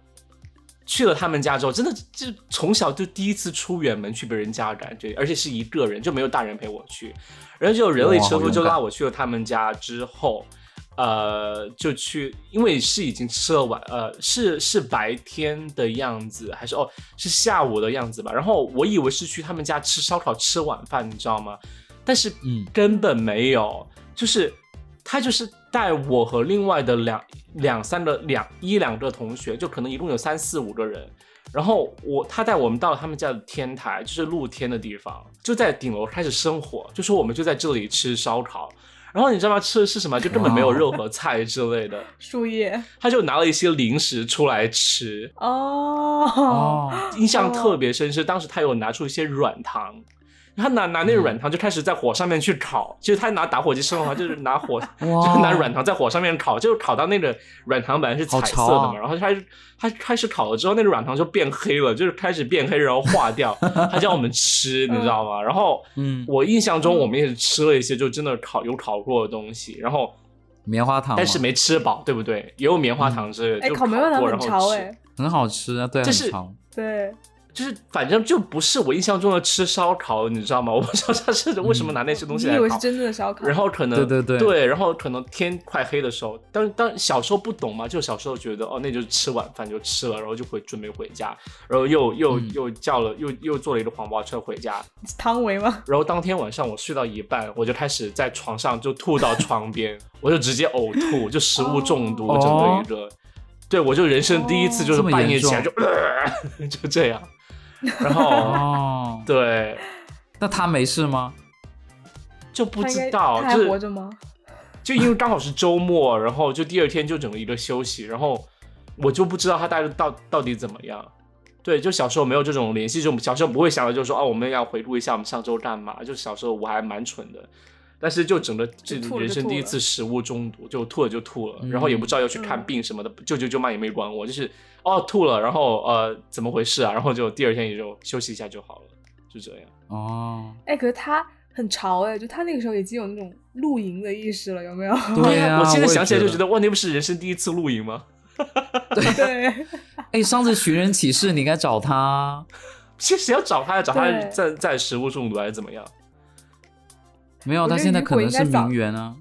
S1: 去了他们家之后，真的就从小就第一次出远门去别人家的感觉，而且是一个人，就没有大人陪我去，然后就有人力
S2: 哇
S1: 车
S2: 好
S1: 夫
S2: 勇
S1: 就拉
S2: 敢
S1: 我去了他们家之后。呃，就去，因为是已经吃了晚，呃，是是白天的样子，还是哦是下午的样子吧？然后我以为是去他们家吃烧烤吃晚饭，你知道吗？但是
S2: 嗯
S1: 根本没有，就是他就是带我和另外的两两三个两一两个同学，就可能一共有三四五个人。然后我他带我们到了他们家的天台，就是露天的地方，就在顶楼开始生火，就说我们就在这里吃烧烤。然后你知道吗？吃的是什么？就根本没有
S2: 哇
S1: 肉和菜之类的，
S3: 树叶
S1: 他就拿了一些零食出来吃。
S3: 哦，
S2: 哦，
S1: 印象特别深是当时他有拿出一些软糖，他拿拿那个
S2: 嗯
S1: 软糖就开始在火上面去烤，其实他拿打火机生的话就是拿 火，就是拿软糖在火上面烤，就是烤到那个软糖本来是彩色的嘛，
S2: 好潮啊
S1: 然后开始他开始烤了之后，那个软糖就变黑了，就是开始变黑然后化 掉，他叫我们吃，你知道吗？然后
S2: 嗯
S1: 我印象中我们也是吃了一些就真的烤有烤过的东西，然后
S2: 棉花糖吗，嗯
S1: 但是没吃饱，对不对？也有棉花糖之类的，
S3: 哎，
S1: 就
S3: 烤棉花糖
S1: 过
S3: 很
S1: 然后吃
S3: 潮哎，
S2: 很好吃啊，对，
S1: 这
S2: 很
S1: 是
S2: 长。
S3: 对，
S1: 就是反正就不是我印象中的吃烧烤，你知道吗？ 我不知道他是为什么拿那些东西
S3: 你
S1: 来
S3: 以为
S1: 烤
S3: 是。真正的烧烤，
S1: 然后可能
S2: 对对对
S1: 然后可能天快黑的时候，当当小时候不懂嘛，就小时候觉得哦，那就吃晚饭就吃了，然后就回准备回家，然后又又、
S2: 嗯
S1: 又叫了又又坐了一个黄包车回家，
S3: 汤唯吗？
S1: 然后当天晚上我睡到一半，我就开始在床上就吐到床 边，我就直接呕吐，就食物中毒，
S2: 哦
S1: 整个一个，对我就人生第一次就是
S2: 哦这么
S1: 半夜
S2: 严重
S1: 起来就、就 这样，然后，
S2: 哦
S1: 对，
S2: 那他没事吗？
S1: 就 不
S3: 他应
S1: 知
S3: 该
S1: 道，
S3: 他还活
S1: 就
S3: 着吗？
S1: 就因为刚好是周末，然后就第二天就整个一个休息，然后我就不知道他大概到到底怎么样。对，就小时候没有这种联系，就小时候不会想到，就是说哦，我们要回顾一下我们上周干嘛。就小时候我还蛮蠢的，但是就整个这
S3: 吐了就
S1: 人生
S3: 吐
S1: 第一
S3: 了
S1: 次食物中毒，就吐了就吐了，
S2: 嗯
S1: 然后也不知道要去看病什么的，舅舅舅妈也没管我，就是哦吐了，然后呃怎么回事啊？然后就第二天也就休息一下就好了，就这样。
S2: 哦，
S3: 哎，可是他很潮哎，就他那个时候已经有那种露营的意识了，有 没有？
S2: 对呀、
S1: 我现在
S2: 也
S1: 想起来就觉
S2: 得
S1: 得，哇，那不是人生第一次露营吗？
S3: 对，
S2: 哎，上次寻人启事你应该找他。啊
S1: 其实要找他，找他
S3: 对
S1: 在在食物中毒还是怎么样？
S2: 没有，
S3: 我觉
S2: 他
S3: 得
S2: 现在
S3: 雨
S2: 可
S3: 果
S2: 能
S3: 应该
S2: 是
S3: 早
S2: 名媛啊。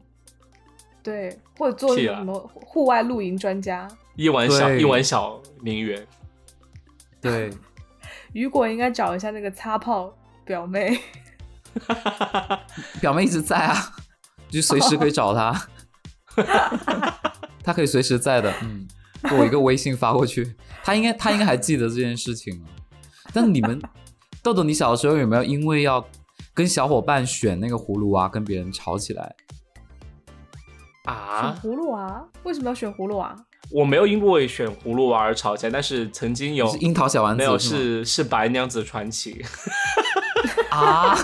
S3: 对，或者做那
S1: 屁啊
S3: 种
S1: 啦
S3: 什么户外露营专家，
S1: 一碗小
S2: 对
S1: 一碗小名媛，
S2: 对，
S3: 雨果应该找一下那个擦炮表妹，
S2: 表妹一直在啊，就随时可以找她，她可以随时在的。嗯，我一个微信发过去，她应该她应该还记得这件事情啊。但你们豆豆，你小时候有没有因为要跟小伙伴选那个葫芦娃、啊跟别人吵起来？
S1: 啊！
S3: 选葫芦娃，为什么要选葫芦娃？啊
S1: 我没有因为选葫芦娃而吵架，但是曾经有
S2: 是樱桃小丸子
S1: 没有
S2: 是吗
S1: 是是白娘子传奇，
S2: 啊，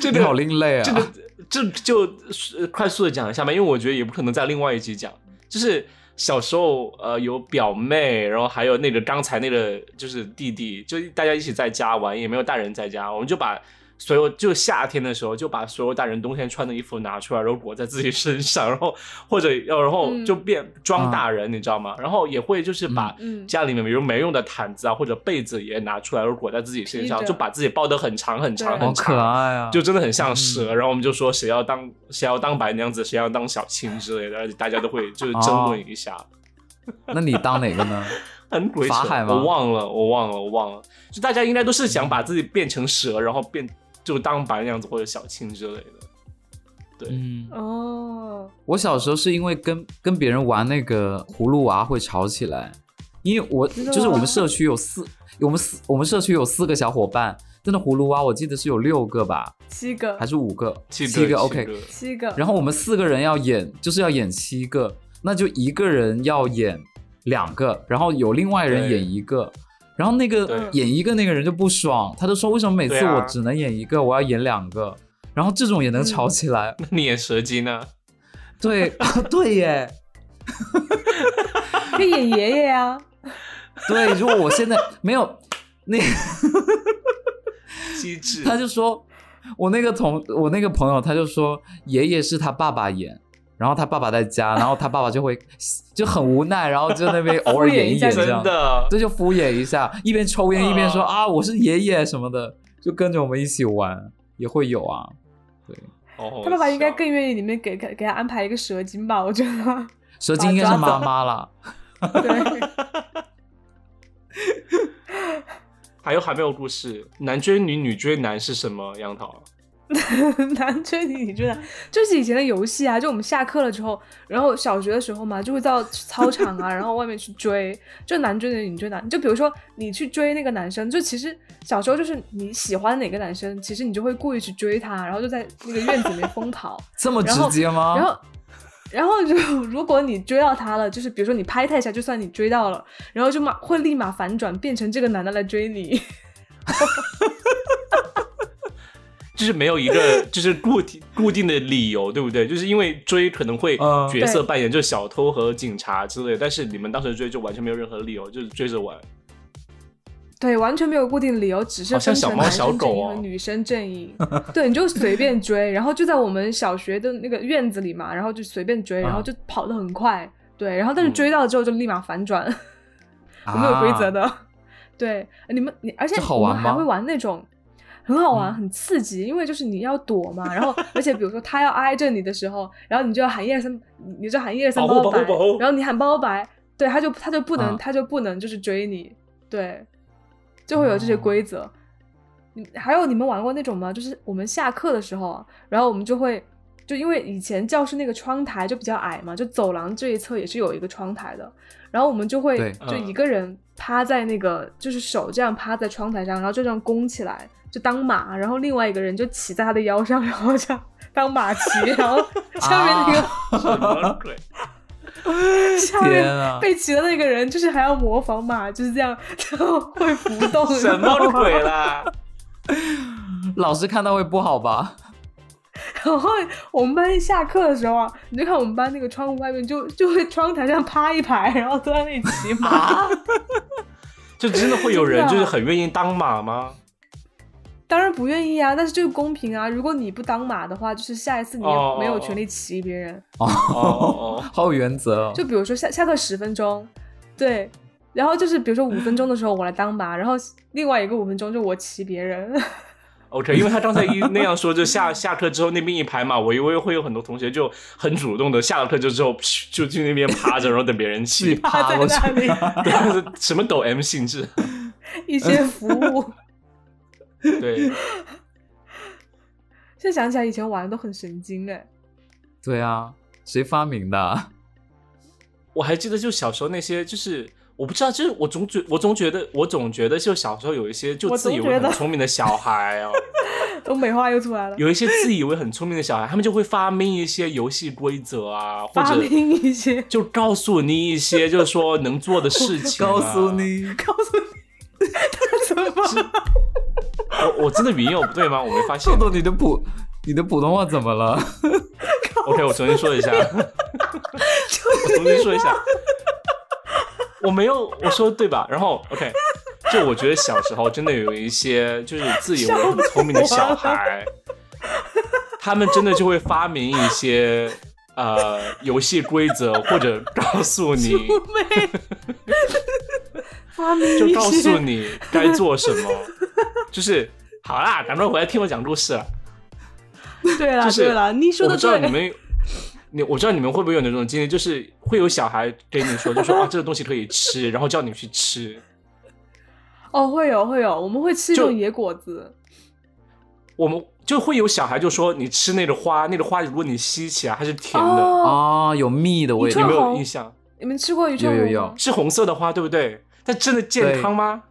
S1: 这
S2: 你好
S1: 个
S2: 另类啊！
S1: 这个这就呃快速的讲一下吧，因为我觉得也不可能在另外一集讲，就是。小时候，呃，有表妹，然后还有那个刚才那个就是弟弟，就大家一起在家玩，也没有大人在家，我们就把所有就夏天的时候就把所有大人冬天穿的衣服拿出来，然后裹在自己身上，然后或者呃然后
S3: 嗯
S1: 就变装大人，你知道吗？然后也会就是把
S3: 嗯嗯
S1: 家里面比如没用的毯子啊或者被子也拿出来，然后裹在自己身上，
S3: 披着
S1: 就把自己包得很长很长
S3: 对
S2: 好
S1: 很
S2: 可
S1: 长。
S2: 爱啊！
S1: 就真的很像蛇，然后我们就说谁要当谁要当白娘子，谁要当小 青之类的，而且大家都会就是争论一下。
S2: 那你当哪个呢？
S1: 很鬼扯
S2: 哦法海吗
S1: 我忘了，我忘了，我忘了。就大家应该都是想把自己变成蛇，然后变就当白娘子或者小青之类的。对，
S2: 嗯，
S3: 哦，
S2: 我小时候是因为跟跟别人玩那个葫芦娃会吵起来，因为我
S3: 真的吗
S2: 就是我们社区有四，我们四我们社区有四个小伙伴，但那葫芦娃我记得是有六个吧，
S3: 七个
S2: 还是五个？
S1: 七
S2: 七
S1: 个
S2: 个？OK。
S3: 七个，
S2: 然后我们四个人要演，就是要演七个，那就一个人要演两个，然后有另外人
S1: 对
S2: 演一个。然后那个
S3: 嗯
S1: 对
S2: 演一个那个人就不爽，他就说为什么每次
S1: 对啊
S2: 我
S3: 嗯
S2: 只能演一个，我要演两个，然后这种也能吵起来，
S1: 那你演蛇精呢？啊
S2: 对 对耶，
S3: 可以演爷爷 呀，
S2: 对，如果我现在没有那，
S1: 机智，
S2: 他就说，我那个同我那个朋友他就说，爷爷是他爸爸演。然后他爸爸在家，然后他爸爸就会就很无奈，然后就那边偶尔演一演这
S1: 真
S2: 样，
S1: 的，
S2: 对，就敷衍一下，一边抽烟一边
S3: 嗯
S2: 说
S1: 啊
S2: 啊我是爷爷什么的，就跟着我们一起玩，也会有啊。
S1: 哦
S3: 他爸爸应该
S1: 笑
S3: 更愿意里面给给给他安排一个蛇精吧，我觉得。
S2: 蛇精应该是妈妈啦，
S3: 对，
S1: 还有还没有故事，男追女，女追男是什么？杨桃，
S3: 男追女你真的就是以前的游戏啊，就我们下课了之后，然后小学的时候嘛，就会到操场啊，然后外面去追，就男追女，女追男。就比如说你去追那个男生，就其实小时候就是你喜欢哪个男生，其实你就会故意去追他，然后就在那个院子里面疯跑，
S2: 这么直接
S1: 啊
S2: 吗？
S3: 然后，然后就 如果你追到他了，就是比如说你拍他一下，就算你追到了，然后就马会立马反转，变成这个男的来追你。
S1: 就是没有一个就是固定固定的理由，对不对？就是因为追可能会
S2: 嗯
S1: 角色
S3: 对
S1: 扮演，就是小偷和警察之类的，但是你们当时追就完全没有任何理由，就是追着玩。
S3: 对，完全没有固定理由，只是
S1: 好像
S3: 分
S1: 小
S3: 成
S1: 猫
S3: 男
S1: 小
S3: 生
S1: 狗
S3: 阵营和
S1: 哦
S3: 女生阵营。 对，你就随便追，然后就在我们小学的那个院子里嘛，然后就随便追，然后
S2: 啊
S3: 就跑得很快。对，然后但
S1: 嗯
S3: 是追到之后就立马反转。我没有规则的。 对，你们你而且
S2: 啊这好
S3: 我们
S2: 玩
S3: 还
S2: 吗
S3: 会玩那种。很好玩，
S2: 嗯
S3: 很刺激，因为就是你要躲嘛，然后而且比如说他要挨着你的时候，然后你就要喊一二三，你你就喊一二三
S1: 保护
S3: 包白
S1: 保护保护，
S3: 然后你喊包白，对，他就他就不能、
S2: 啊
S3: 他就不能就是追你，对，就会有这些
S2: 哦
S3: 规则。你还有你们玩过那种吗？就是我们下课的时候啊，然后我们就会就因为以前教室那个窗台就比较矮嘛，就走廊这一侧也是有一个窗台的，然后我们就会
S2: 对
S3: 就
S1: 嗯
S3: 一个人趴在那个，就是手这样趴在窗台上，然后就这样弓起来，就当马，然后另外一个人就骑在他的腰上，然后这样当马骑，然后 下面那个、
S1: 什么鬼？
S3: 下
S2: 天
S3: 面
S2: 啊，
S3: 被骑的那个人就是还要模仿马，就是这样， 然后会浮动，你知
S1: 什
S3: 道
S1: 么
S3: 吗
S1: 鬼啦？
S2: 老师看到会不好吧？
S3: 然后我们班下课的时候啊，你就看我们班那个窗户外面就就会窗台上趴一排，然后都在那里骑马。
S1: 啊就真的会有人
S3: 真
S1: 就
S3: 的
S1: 是很愿意当马吗？
S3: 当然不愿意啊，但是就是公平啊。如果你不当马的话，就是下一次你也
S1: 哦
S3: 没有权利骑别人。
S1: 哦哦哦，
S2: 好有原则哦。
S3: 就比如说下下课十分钟，对，然后就是比如说五分钟的时候我来当马，然后另外一个五分钟就我骑 别人。
S1: OK，因为他刚才一那样说，就下 下课之后那边一排嘛，我以为会有很多同学就很主动的下了课就之后噗就去那边趴着，然后等别人
S2: 自己
S1: 骑，
S2: 趴过去
S3: 趴在那里
S1: 对什么抖 M 性质？
S3: 一些服务。
S1: 对，
S3: 现在想起来以前玩的都很神经哎，
S2: 对啊，谁发明的啊？
S1: 我还记得就小时候那些就是。我不知道，就是我总觉我总觉得我总觉得就小时候有一些就
S3: 我
S1: 自
S3: 总
S1: 以为
S3: 觉
S1: 很
S3: 得
S1: 聪明的小孩哦，
S3: 东北话又出来了，
S1: 有一些自以为很聪明的小孩，他们就会发明一些游戏规则啊，或
S3: 发
S1: 者
S3: 明一些，
S1: 就告诉你一些就是说能做的 事情、啊
S2: 告诉，你，
S3: 告诉你 他怎么
S1: 我我真的语音有不对吗？我没发现
S2: 豆。豆，你的普你的普通话怎么了？
S1: OK，我重新说一下，我重新说一下，我没有我说对吧？然后 OK，就我觉得小时候真的有一些就是自以为很聪明的小孩，他们真的就会发明一些呃游戏规则，或者告诉你，
S3: 发明一些？
S1: 就告诉你该做什么，就是好啦，赶快回来听我讲故事了。
S3: 对了、
S1: 就是
S3: 对了，你说
S1: 我
S3: 的
S1: 不知道你
S3: 对，
S1: 们， 你我知道你们会不会有那种经历，就是会有小孩给你说，就 说啊这个东西可以吃，然后叫你去吃。
S3: 哦，会有会有，我们会吃这
S1: 就
S3: 种野果子。
S1: 我们就会有小孩就说你吃那个花，那个花如果你吸起来它是甜的，
S3: 哦，
S2: 啊，有蜜的味
S1: 你
S3: 你
S2: 道
S1: 没
S3: 说。
S1: 有
S3: 哦
S1: 印象？
S3: 你们吃过鱼串
S2: 有有
S3: 红
S2: 有
S3: 吗
S1: 是红色的花对不对？但真的健
S2: 对
S1: 康吗？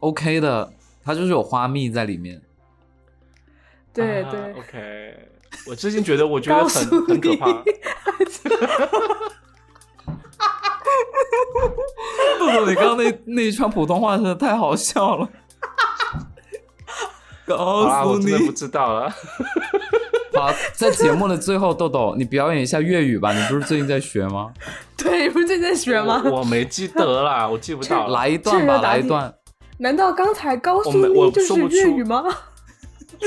S2: OK 的，它就是有花蜜在里面。
S3: 对
S1: 啊
S3: 对，
S1: OK，我最近觉得我觉得
S3: 告
S1: 很
S3: 诉
S1: 很可
S3: 你
S1: 怕。
S2: 豆豆，你刚刚那那一串普通话真的太好笑 了。
S1: 啊，
S2: 告
S1: 我
S2: 诉
S1: 真的不
S2: 你，
S1: 知道了。
S2: 好，在节目的最后，豆豆，你表演一下粤语吧。你不是最近在学吗？
S3: 对，不是最近在学吗？
S1: 我我没记得啦，我记不到 了。
S2: 来一段吧，
S3: 这个答
S2: 来
S3: 题
S2: 一段。
S3: 难道刚才高
S1: 我没
S3: 速
S1: 我
S3: 就
S1: 说
S3: 是
S1: 不出
S3: 粤语吗？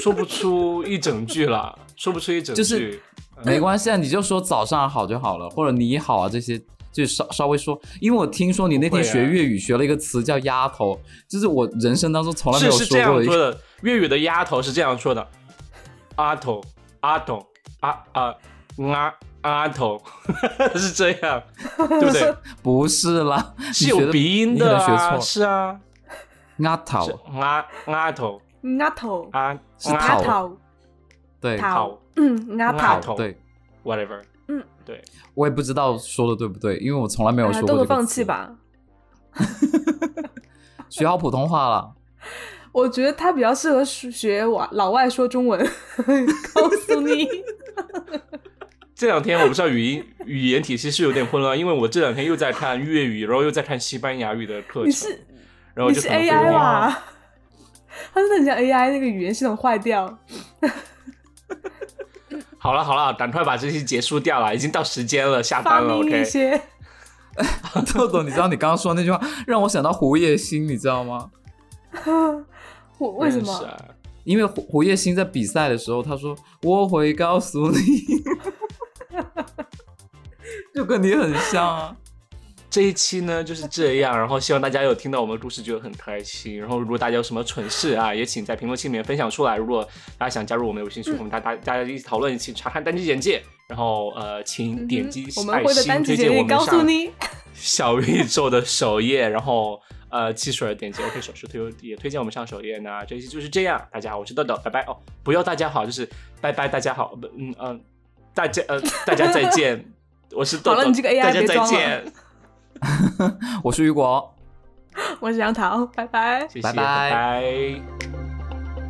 S1: 说不出一整句了，说不出一整句。
S2: 就是没关系啊，你就说早上好就好了，或者你好啊这些，就稍稍微说。因为我听说你那
S1: 不会
S2: 天
S1: 啊
S2: 学粤语学了一个词叫“丫头”，就是我人生当中从来没
S1: 是
S2: 有
S1: 是这
S2: 说过
S1: 样
S2: 的一
S1: 说
S2: 个。
S1: 的，粤语的丫头是这样说的，阿头阿头啊啊啊阿头 是这样，对 不对？
S2: 不是啦，
S1: 是
S2: 你学
S1: 有
S2: 的
S1: 鼻音
S2: 你可
S1: 的
S2: 能学
S1: 啊，
S2: 错
S1: 是啊，
S2: 了。丫头
S1: 是，啊啊头
S3: 鸭头，
S1: 啊
S2: 是
S3: 鸭
S2: 讨
S1: 啊
S3: 头，
S2: 对，
S1: 头
S3: 头，嗯，鸭
S1: 鸭
S3: 头。
S1: 头
S2: 对，
S1: whatever，
S3: 嗯，
S1: 对，
S2: 我也不知道说的对不对，因为我从来
S1: 呃
S2: 没有
S3: 哎
S2: 说过、
S3: 豆豆放弃，吧，
S2: 学好普通 话了。
S3: 我觉得他比较适合学我老外说中文。 告诉你，
S1: 这两天我不知道语音语言体系是有点混乱，因为我这两天又在看粤语，然后又在看西班牙语的课
S3: 你
S1: 程，
S3: 是啊
S1: 然后
S3: 你
S1: 就是可能会有
S3: AI
S1: 点
S3: 吧？ 他真的很像 AI 那个语言系统坏
S1: 啊
S3: 掉。
S1: 好了好了，赶快把这期结束掉了，已经到时间了，下
S3: 发
S1: 班了
S3: 明一
S1: ，OK。
S3: 些。
S2: 豆豆，你知道你刚刚说那句话让我想到胡叶欣，你知道吗？
S3: 我为什
S1: 不认识
S3: 么？
S1: 啊？
S2: 因为胡胡叶欣在比赛的时候，他说我会告诉你， 就跟你很像啊。
S1: 这一期呢就是这样，然后希望大家有听到我们的故事觉得很开心。然后如果大家有什么蠢事啊，也请在评论区里面分享出来。如果大家想加入我们的微信群，
S3: 嗯
S1: 我们大大大家一起讨论，一起查看单机简介，然后呃，请点击
S3: 嗯哼我们
S1: 爱
S3: 会的
S1: 心
S3: 单
S1: 推
S3: 词
S1: 荐
S3: 简
S1: 我
S3: 历
S1: 们
S3: 告诉
S1: 上
S3: 你。
S1: 小宇宙的首页，然后呃汽水点击 OK 手势推也推荐我们上首页呢。这一期就是这样，大家好，我是豆豆，拜拜哦，不要大家好，就是拜拜，大家好，不嗯嗯、呃大家 呃大家再见，我是豆
S3: 好
S1: 豆
S3: 了，你这个 AI
S1: 大家
S3: 别
S1: 再
S3: 装了
S1: 见，
S2: 我是雨果。
S3: 我是杨桃，拜拜。
S1: 谢谢，
S2: 拜拜
S1: 拜拜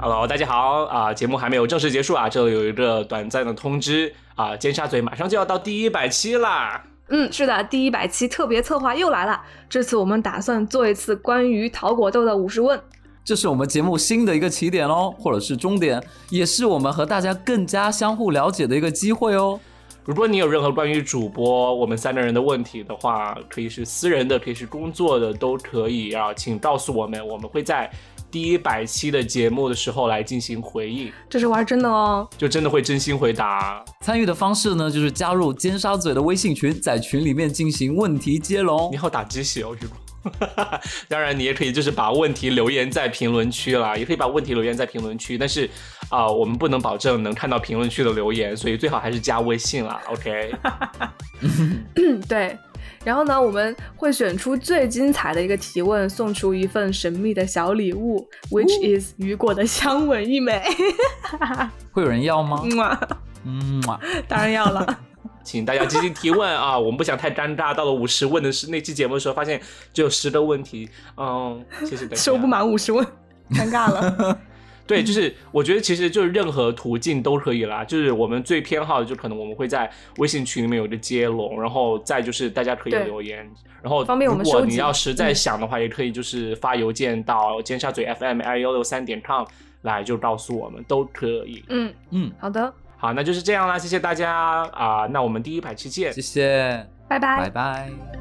S1: ，Hello，大家好啊、节目还没有正式结束啊，这里有一个短暂的通知啊、尖沙咀马上就要到第一百期啦。
S3: 嗯，是的，第一百期特别策划又来了。这次我们打算做一次关于桃果豆的五十问。
S2: 这是我们节目新的一个起点哦，或者是终点，也是我们和大家更加相互了解的一个机会哦。
S1: 如果你有任何关于主播我们三个人的问题的话，可以是私人的，可以是工作的，都可以啊，请告诉我们，我们会在第一百期的节目的时候来进行回应，
S3: 这是玩真的哦。
S1: 就真的会真心回答。
S2: 参与的方式呢，就是加入尖沙咀的微信群，在群里面进行问题接龙
S1: 你。好打鸡血哦，雨果。当然，你也可以就是把问题留言在评论区啦，也可以把问题留言在评论区，但是啊、我们不能保证能看到评论区的留言，所以最好还是加微信啦。OK，
S3: 嗯，对。然后呢，我们会选出最精彩的一个提问，送出一份神秘的小礼物，which is 雨果的香吻一枚。
S2: 会有人要吗？
S3: 嗯啊，
S2: 嗯，哇
S3: 当然要了。
S1: 请大家积极提问啊， 我们不想太尴尬。到了五十问的是那期节目的时候，发现只有十个问题，嗯，谢谢大家。
S3: 收不满五十问， 尴尬了。
S1: 对，就是我觉得其实就是任何途径都可以啦。就是我们最偏好的，就可能我们会在微信群里面有一个接龙，然后再就是大家可以
S3: 对
S1: 留言，然后
S3: 方便我们
S1: 如果
S3: 收
S1: 你
S3: 集
S1: 要实在
S3: 嗯
S1: 想的话，也可以就是发邮件到尖沙咀 FM 二幺六三点 com 来就告诉我们都可以。
S3: 嗯，
S2: 嗯，
S3: 好的，
S1: 好，那就是这样啦，谢谢大家啊、那我们第一百期见
S2: 谢。谢，
S3: 拜
S2: 拜拜